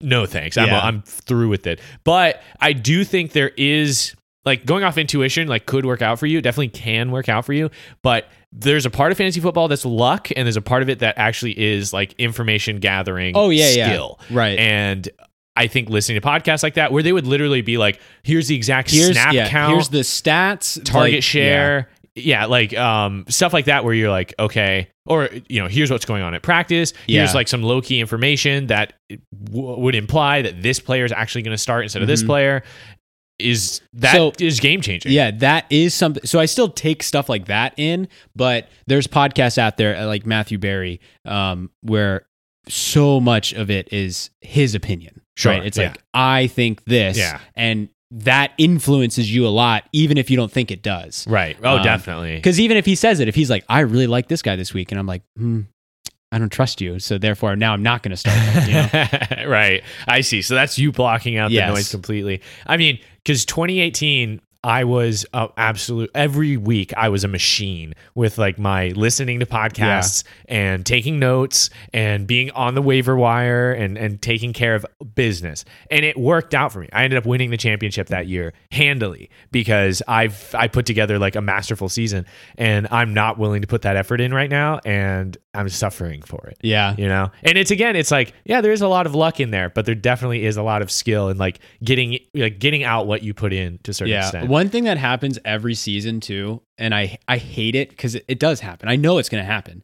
No thanks. I'm,
Yeah.
I'm through with it. But I do think there is like going off intuition, like could work out for you. Definitely can work out for you. But there's a part of fantasy football that's luck, and there's a part of it that actually is like information gathering.
Oh, yeah, yeah.
skill.
Right.
And I think listening to podcasts like that, where they would literally be like, "Here's the exact snap
yeah,
count,
Here's the stats.
target
like- yeah.
share yeah. like um stuff like that where you're like okay or you know here's what's going on at practice here's
Yeah.
like some low-key information that w- would imply that this player is actually going to start instead of this
Mhm.
player is that
So-
is game changing
Yeah, that is something. So I still take stuff like that in, but there's podcasts out there uh, like Matthew Barry, um, where so much of it is his opinion.
Sure,
It's
yeah.
like I think this,
Yeah.
and that influences you a lot, even if you don't think it does.
right oh
Um,
definitely
Because even if he says it, if he's like, I really like this guy this week, and I'm like, hmm, I don't trust you, so therefore now I'm not going to start. him, you know?
right. I see. So that's you blocking out
Yes.
the noise completely. I mean, because 2018, I was a absolute every week. I was a machine with like my listening to podcasts and taking notes and being on the waiver wire and and taking care of business. And it worked out for me. I ended up winning the championship that year handily because I've I put together like a masterful season, and I'm not willing to put that effort in right now, and I'm suffering for it
yeah.
you know and it's again it's like yeah there is a lot of luck in there but there definitely is a lot of skill and like getting like getting out what you put in to a certain extent
One thing that happens every season too, and I I hate it because it, it does happen. I know it's going to happen.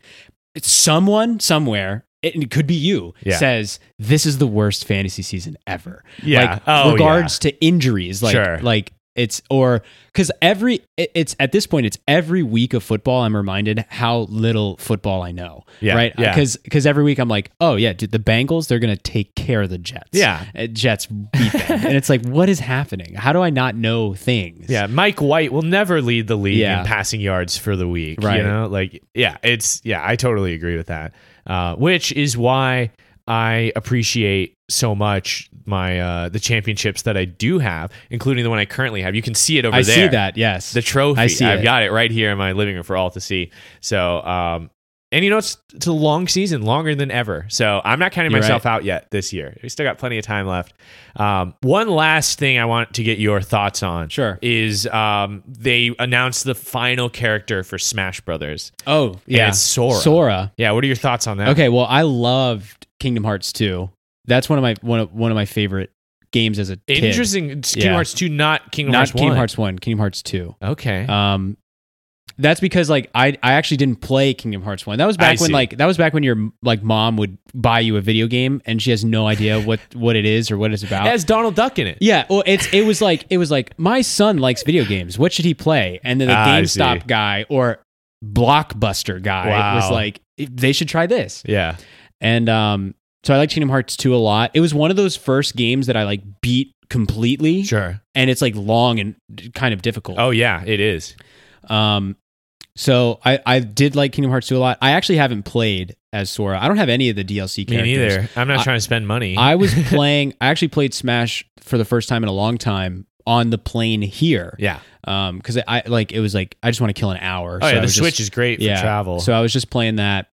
It's someone somewhere. It, and it could be you
Yeah.
says this is the worst fantasy season ever.
Yeah.
like
Oh,
regards to injuries, like
Sure.
like it's or because every it, it's at this point it's every week of football. I'm reminded how little football I know.
Yeah,
right.
yeah.
Because because every week I'm like, oh yeah, dude, the Bengals they're going to take care of the Jets.
Yeah.
Uh, Jets beat them, and it's like, what is happening? How do I not know things?
yeah mike white will never lead the league
Yeah.
in passing yards for the week you
Right.
know like yeah it's yeah i totally agree with that uh, which is why i appreciate so much my uh the championships that i do have including the one i currently have you can see it over
I
there
see that. Yes,
the trophy.
I see
have
it.
got it right here in my living room for all to see. So, um, and you know it's it's a long season, longer than ever. So I'm not counting
You're
myself out yet this year. We still got plenty of time left. Um, one last thing I want to get your thoughts on.
Sure.
Is um, they announced the final character for Smash Brothers?
oh yeah,
it's Sora.
Sora.
Yeah. What are your thoughts on that?
Okay, well, I loved Kingdom Hearts 2. That's one of my one of one of my favorite games as a kid.
Interesting. It's Kingdom
Yeah.
Hearts two, not Kingdom
Not
Hearts
Kingdom
one.
Hearts One, Kingdom Hearts Two.
Okay.
Um, that's because like I I actually didn't play Kingdom Hearts One. That was back
I
when
see.
like that was back when your like mom would buy you a video game and she has no idea what what it is or what it's
It
about.
has Donald Duck in it.
Yeah, well, it's it was like it was like my son likes video games. What should he play? And then the
Ah, I see.
GameStop guy or Blockbuster guy
Wow.
was like, they should try this.
Yeah.
And um, so I like Kingdom Hearts two a lot. It was one of those first games that I like beat completely,
Sure.
and it's like long and kind of difficult.
Oh yeah, it is. Oh.
Um, so I I did like Kingdom Hearts two a lot. I actually haven't played as Sora. I don't have any of the DLC
Me
characters.
neither. I'm not
I-
trying to spend money.
I was playing. I actually played Smash for the first time in a long time on the plane here.
yeah.
Um, because I like it was like I just want to kill an hour.
Oh
so
yeah,
I
the
was
Switch
just-
is great for
yeah.
travel.
So I was just playing that,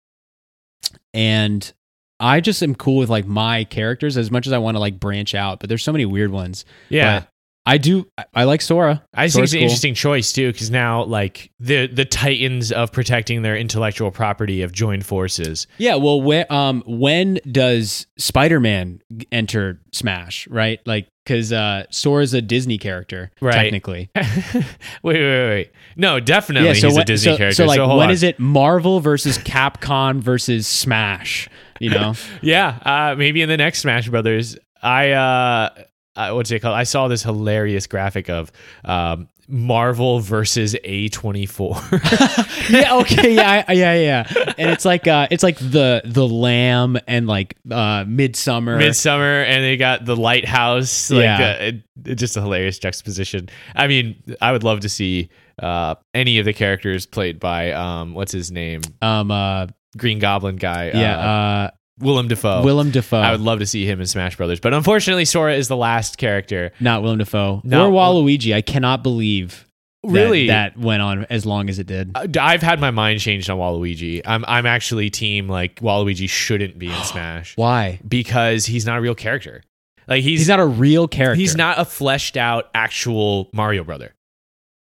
and I just am cool with like my characters as much as I want to like branch out. But there's so many weird ones.
yeah,
But I do. I, I like Sora.
I just think
Sora's
it's an
cool.
interesting choice too, because now like the the titans of protecting their intellectual property have joined forces.
Yeah. Well, where um when does Spider Man enter Smash? Right. Like because uh, Sora's a Disney character
Right.
technically.
wait, wait, wait, wait. No, definitely
yeah. So
he's
when,
a Disney
so,
character.
so like when is
hold on.
it Marvel versus Capcom versus Smash? You know.
Yeah, uh, maybe in the next Smash Brothers, I uh, uh, what's it called? I saw this hilarious graphic of um, Marvel versus A24.
yeah, okay, yeah, I- yeah, yeah. And it's like uh it's like the the lamb and like uh midsummer.
Midsummer, and they got the lighthouse. Like,
Yeah.
uh, it- it's just a hilarious juxtaposition. I mean, I would love to see uh, any of the characters played by um, what's his name,
um uh
Green Goblin guy.
yeah,
uh,
uh,
Willem Dafoe.
Willem Dafoe.
I would love to see him in Smash Brothers, but unfortunately, Sora is the last character.
not Willem Dafoe.
No.
or Waluigi. I cannot believe that,
Really, uh,
that went on as long as it did.
I've had my mind changed on Waluigi. I'm I'm actually team like Waluigi shouldn't be in Smash
Why?
because he's not a real character. Like
He's,
he's
not a real character.
He's not a fleshed out actual Mario brother.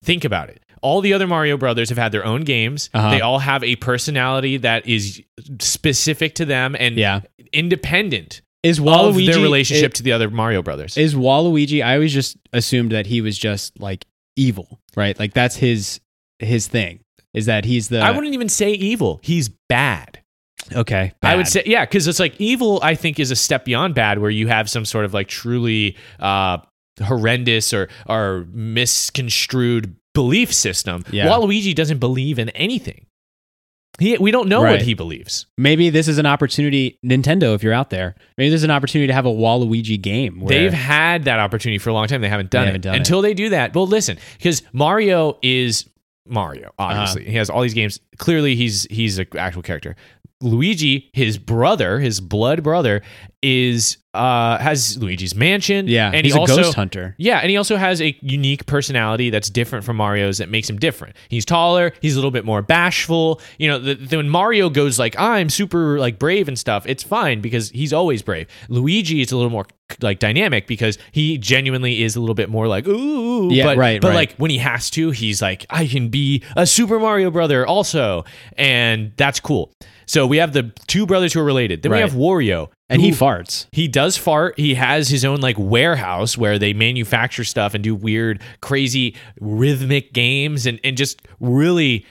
Think about it. All the other Mario brothers have had their own games.
Uh-huh.
They all have a personality that is specific to them and
Yeah.
independent
Is Waluigi
of their relationship
i-
to the other Mario brothers.
Is, Waluigi I always just assumed that he was just like evil, right? Like that's his his thing. Is that he's the
I wouldn't even say evil. He's bad.
Okay.
I would
bad.
say yeah, because it's like evil. I think is a step beyond bad, where you have some sort of like truly uh, horrendous or or misconstrued belief system.
Yeah.
Waluigi doesn't believe in anything. He, we don't know
Right.
what he believes.
maybe this is an opportunity, Nintendo, if you're out there, maybe there's an opportunity to have a Waluigi game. Where,
They've had that opportunity for a long time. They haven't done it
They haven't done it.
until they do that. Well, listen, because Mario is Mario.
Uh-huh.
Obviously, he has all these games. Clearly, he's he's an actual character. Luigi, his brother, his blood brother, is uh has Luigi's Mansion.
yeah,
and
he's
he
a
also
ghost hunter.
yeah, and he also has a unique personality that's different from Mario's that makes him different. He's taller, he's a little bit more bashful. You know, the, the, when Mario goes like, "I'm super like brave and stuff," it's fine because he's always brave. Luigi is a little more like dynamic because he genuinely is a little bit more like, "Ooh,"
Yeah,
but,
right,
But
right.
like when he has to, he's like, "I can be a Super Mario brother also," and that's cool. So we have the two brothers who are related. Then
Right.
we have Wario,
And
who
he farts.
he does fart. He has his own like warehouse where they manufacture stuff and do weird, crazy rhythmic games and, and just really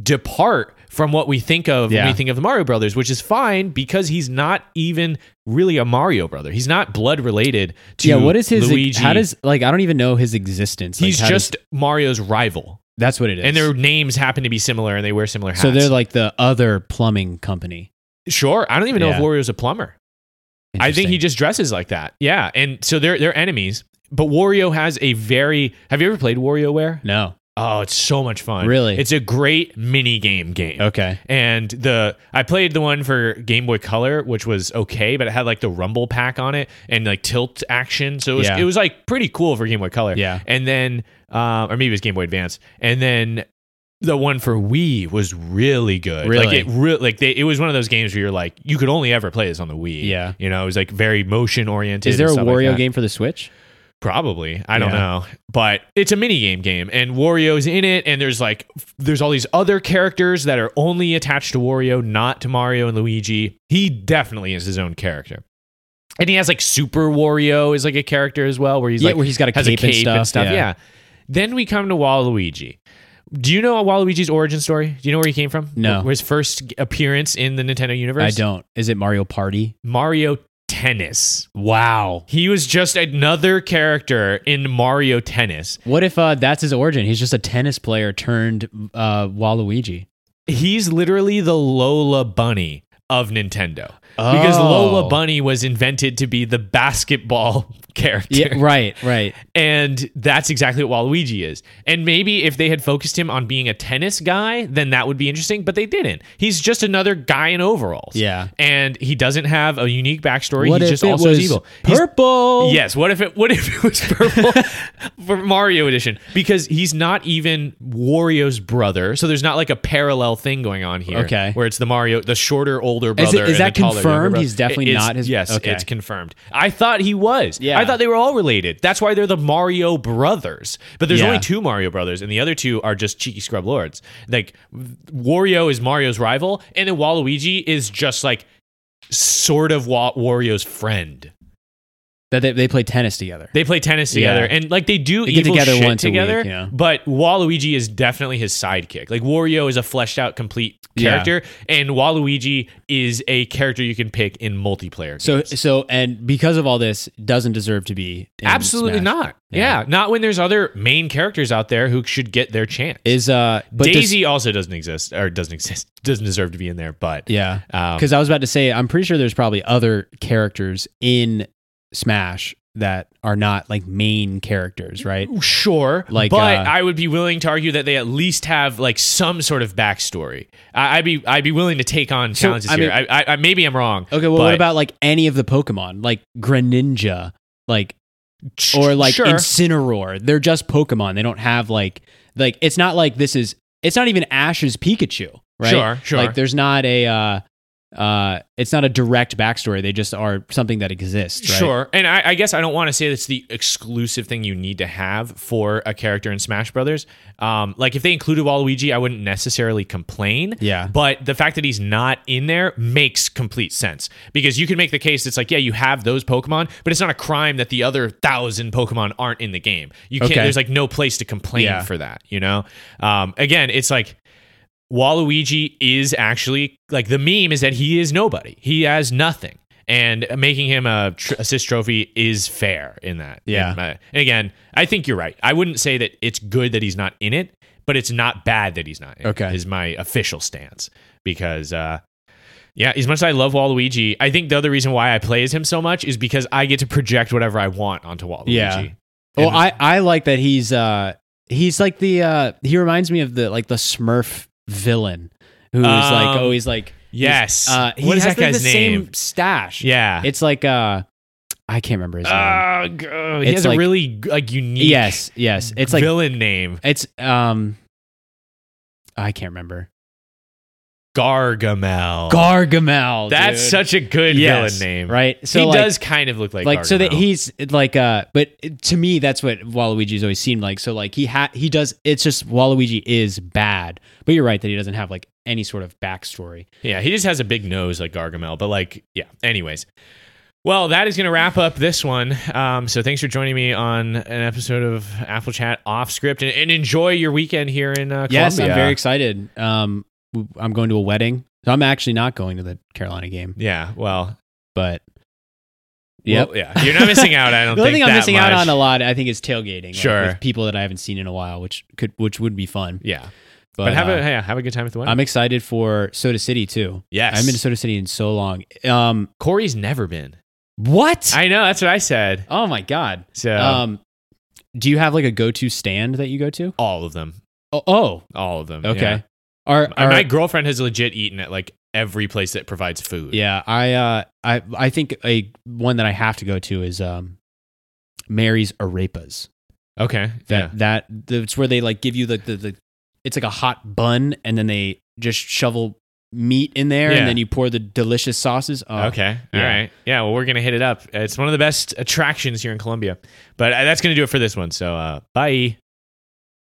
depart from what we think of when
Yeah.
we think of the Mario Brothers, which is fine because he's not even really a Mario brother. He's not blood related to
Yeah, what is his?
Luigi.
How does like I don't even know his existence. Like,
he's
how does-
just Mario's rival.
that's what it is.
And their names happen to be similar and they wear similar hats.
so they're like the other plumbing company.
sure. I don't even know
Yeah.
if Wario's a plumber. I think he just dresses like that. Yeah, and so they're they're enemies. But Wario has a very. Have you ever played WarioWare?
no.
Oh, it's so much fun.
Really?
it's a great mini game game.
Okay.
And the I played the one for Game Boy Color, which was okay, but it had like the rumble pack on it and like tilt action. So it was
Yeah.
it was like pretty cool for Game Boy Color.
Yeah.
And then um, or maybe it was Game Boy Advance. And then the one for Wii was really good. Like
Really?
it really like they it was one of those games where you're like, you could only ever play this on the Wii.
Yeah.
You know, it was like very motion oriented.
Is there a
and stuff like
Wario
that.
game for the Switch?
Probably. I don't
Yeah.
know. But it's a mini game game and Wario's in it and there's like f- there's all these other characters that are only attached to Wario, not to Mario and Luigi. He definitely is his own character. And he has like Super Wario is like a character as well where he's
yeah,
like
where he's got a
has
cape,
a cape and stuff.
Yeah.
Yeah. Then we come to Waluigi. Do you know Waluigi's origin story? Do you know where he came from?
No.
Wh- His first appearance in the Nintendo universe?
I don't. Is it Mario Party?
Mario Tennis.
Wow.
He was just another character in Mario Tennis.
What if uh, that's his origin? He's just a tennis player turned uh, Waluigi.
He's literally the Lola Bunny of Nintendo. Because
Oh.
Lola Bunny was invented to be the basketball character.
Yeah, right, right.
And that's exactly what Waluigi is. And maybe if they had focused him on being a tennis guy, then that would be interesting, but they didn't. He's just another guy in overalls.
Yeah.
And he doesn't have a unique backstory.
What
He's
if
just
it
also
was
evil. He's-
Purple.
Yes. What if it? What if it was purple for Mario Edition? Because he's not even Wario's brother, so there's not like a parallel thing going on here.
Okay.
Where it's the Mario, the shorter older
Is it-
brother.
is
and
that
the taller, younger
confirmed?
brother.
He's definitely
It's-
not his-
Yes,
okay.
it's confirmed. I thought he was.
Yeah.
I thought they were all related. That's why they're the Mario brothers. But there's
Yeah.
only two Mario brothers, and the other two are just cheeky scrub lords. Like Wario is Mario's rival, and then Waluigi is just like sort of Wa- Wario's friend.
That they, they play tennis together.
They play tennis
Yeah.
together, and like they do
They get
evil
together
shit
once a week,
together.
yeah.
But Waluigi is definitely his sidekick. Like Wario is a fleshed out, complete
Yeah.
character, and Waluigi is a character you can pick in multiplayer.
So
games.
so and because of all this, doesn't deserve to be in
absolutely
Smash.
not.
Yeah.
Yeah. not when there's other main characters out there who should get their chance.
Is uh but does-
Daisy also doesn't exist or doesn't exist doesn't deserve to be in there, but
yeah.
um,
Because I was about to say, I'm pretty sure there's probably other characters in Smash that are not like main characters, right?
Sure, like,
Like,
but
uh,
I would be willing to argue that they at least have like some sort of backstory. I, I'd be I'd be willing to take on
So,
challenges
I
here.
mean-
I, I, I maybe I'm wrong,
Okay, well, what
But-
about like any of the Pokemon, like Greninja, like
Sh-
or like
sure.
Incineroar? They're just Pokemon. They don't have like like it's not like this is it's not even Ash's Pikachu, right?
Sure, sure.
Like there's not a uh uh it's not a direct backstory. They just are something that exists, right?
Sure, and I, I guess I don't want to say that's the exclusive thing you need to have for a character in Smash Brothers. Um, like if they included Waluigi, I wouldn't necessarily complain.
Yeah.
but the fact that he's not in there makes complete sense because you can make the case it's like yeah, you have those Pokemon, but it's not a crime that the other thousand Pokemon aren't in the game. You can't.
Okay.
There's like no place to complain
Yeah.
for that. You know. Um, again, it's like Waluigi is actually like the meme is that he is nobody. He has nothing, and making him a tr- assist trophy is fair in that.
Yeah.
And, uh, and again, I think you're right. I wouldn't say that it's good that he's not in it, but it's not bad that he's not. In
Okay.
it, is my official stance because. uh yeah, as much as I love Waluigi, I think the other reason why I play as him so much is because I get to project whatever I want onto Waluigi.
Yeah. Well,
And-
I, I like that he's uh he's like the uh he reminds me of the like the Smurf villain who's like
Um,
always like
yes.
uh he
what is
has,
that
like,
guy's
the
name?
same stash.
Yeah.
It's like uh I can't remember his name.
Uh, g- uh, he
It's
has
like-
a really like unique
yes, yes. It's like
villain name
it's um I can't remember.
Gargamel.
Gargamel.
Oh. That's
dude.
such a good
Yes,
villain name,
Right?
he
like,
does kind of look like
like so that
Gargamel.
he's like uh but to me that's what waluigi's always seemed like so like he ha he does it's just waluigi is bad but you're right that he doesn't have like any sort of backstory
yeah he just has a big nose like Gargamel, but like yeah. Anyways. Well, that is going to wrap up this one. Um, so, thanks for joining me on an episode of Apple Chat off script, and, and enjoy your weekend here in uh, Columbia.
yes i'm very excited um w- i'm going to a wedding so i'm actually not going to the carolina game
yeah. Well,
but Yep.
well, yeah. You're not missing out. I don't
the
think
only thing i'm
that
missing out
much.
on a lot i think is tailgating like,
Sure.
with people that i haven't seen in a while which could which would be fun
Yeah,
but,
but, have
uh,
a yeah, have a good time at the wedding.
i'm excited for soda city too
yes,
i'm in soda city in so long um
Corey's never been.
what
I know. That's what I said.
oh my god
So
Um, do you have like a go-to stand that you go to?
all of them,
Oh, oh
all of them.
okay.
yeah.
Are,
Uh,
are-
my girlfriend has legit eaten at like every place that provides food.
yeah, I uh, I I think a one that I have to go to is um, Mary's Arepas.
Okay.
That that that's where they like give you the, the the it's like a hot bun and then they just shovel meat in there
Yeah.
and then you pour the delicious sauces.
yeah.
Oh,
Okay. All
yeah.
right. Yeah. Well, we're gonna hit it up. It's one of the best attractions here in Columbia. But uh, that's gonna do it for this one. So, uh, bye.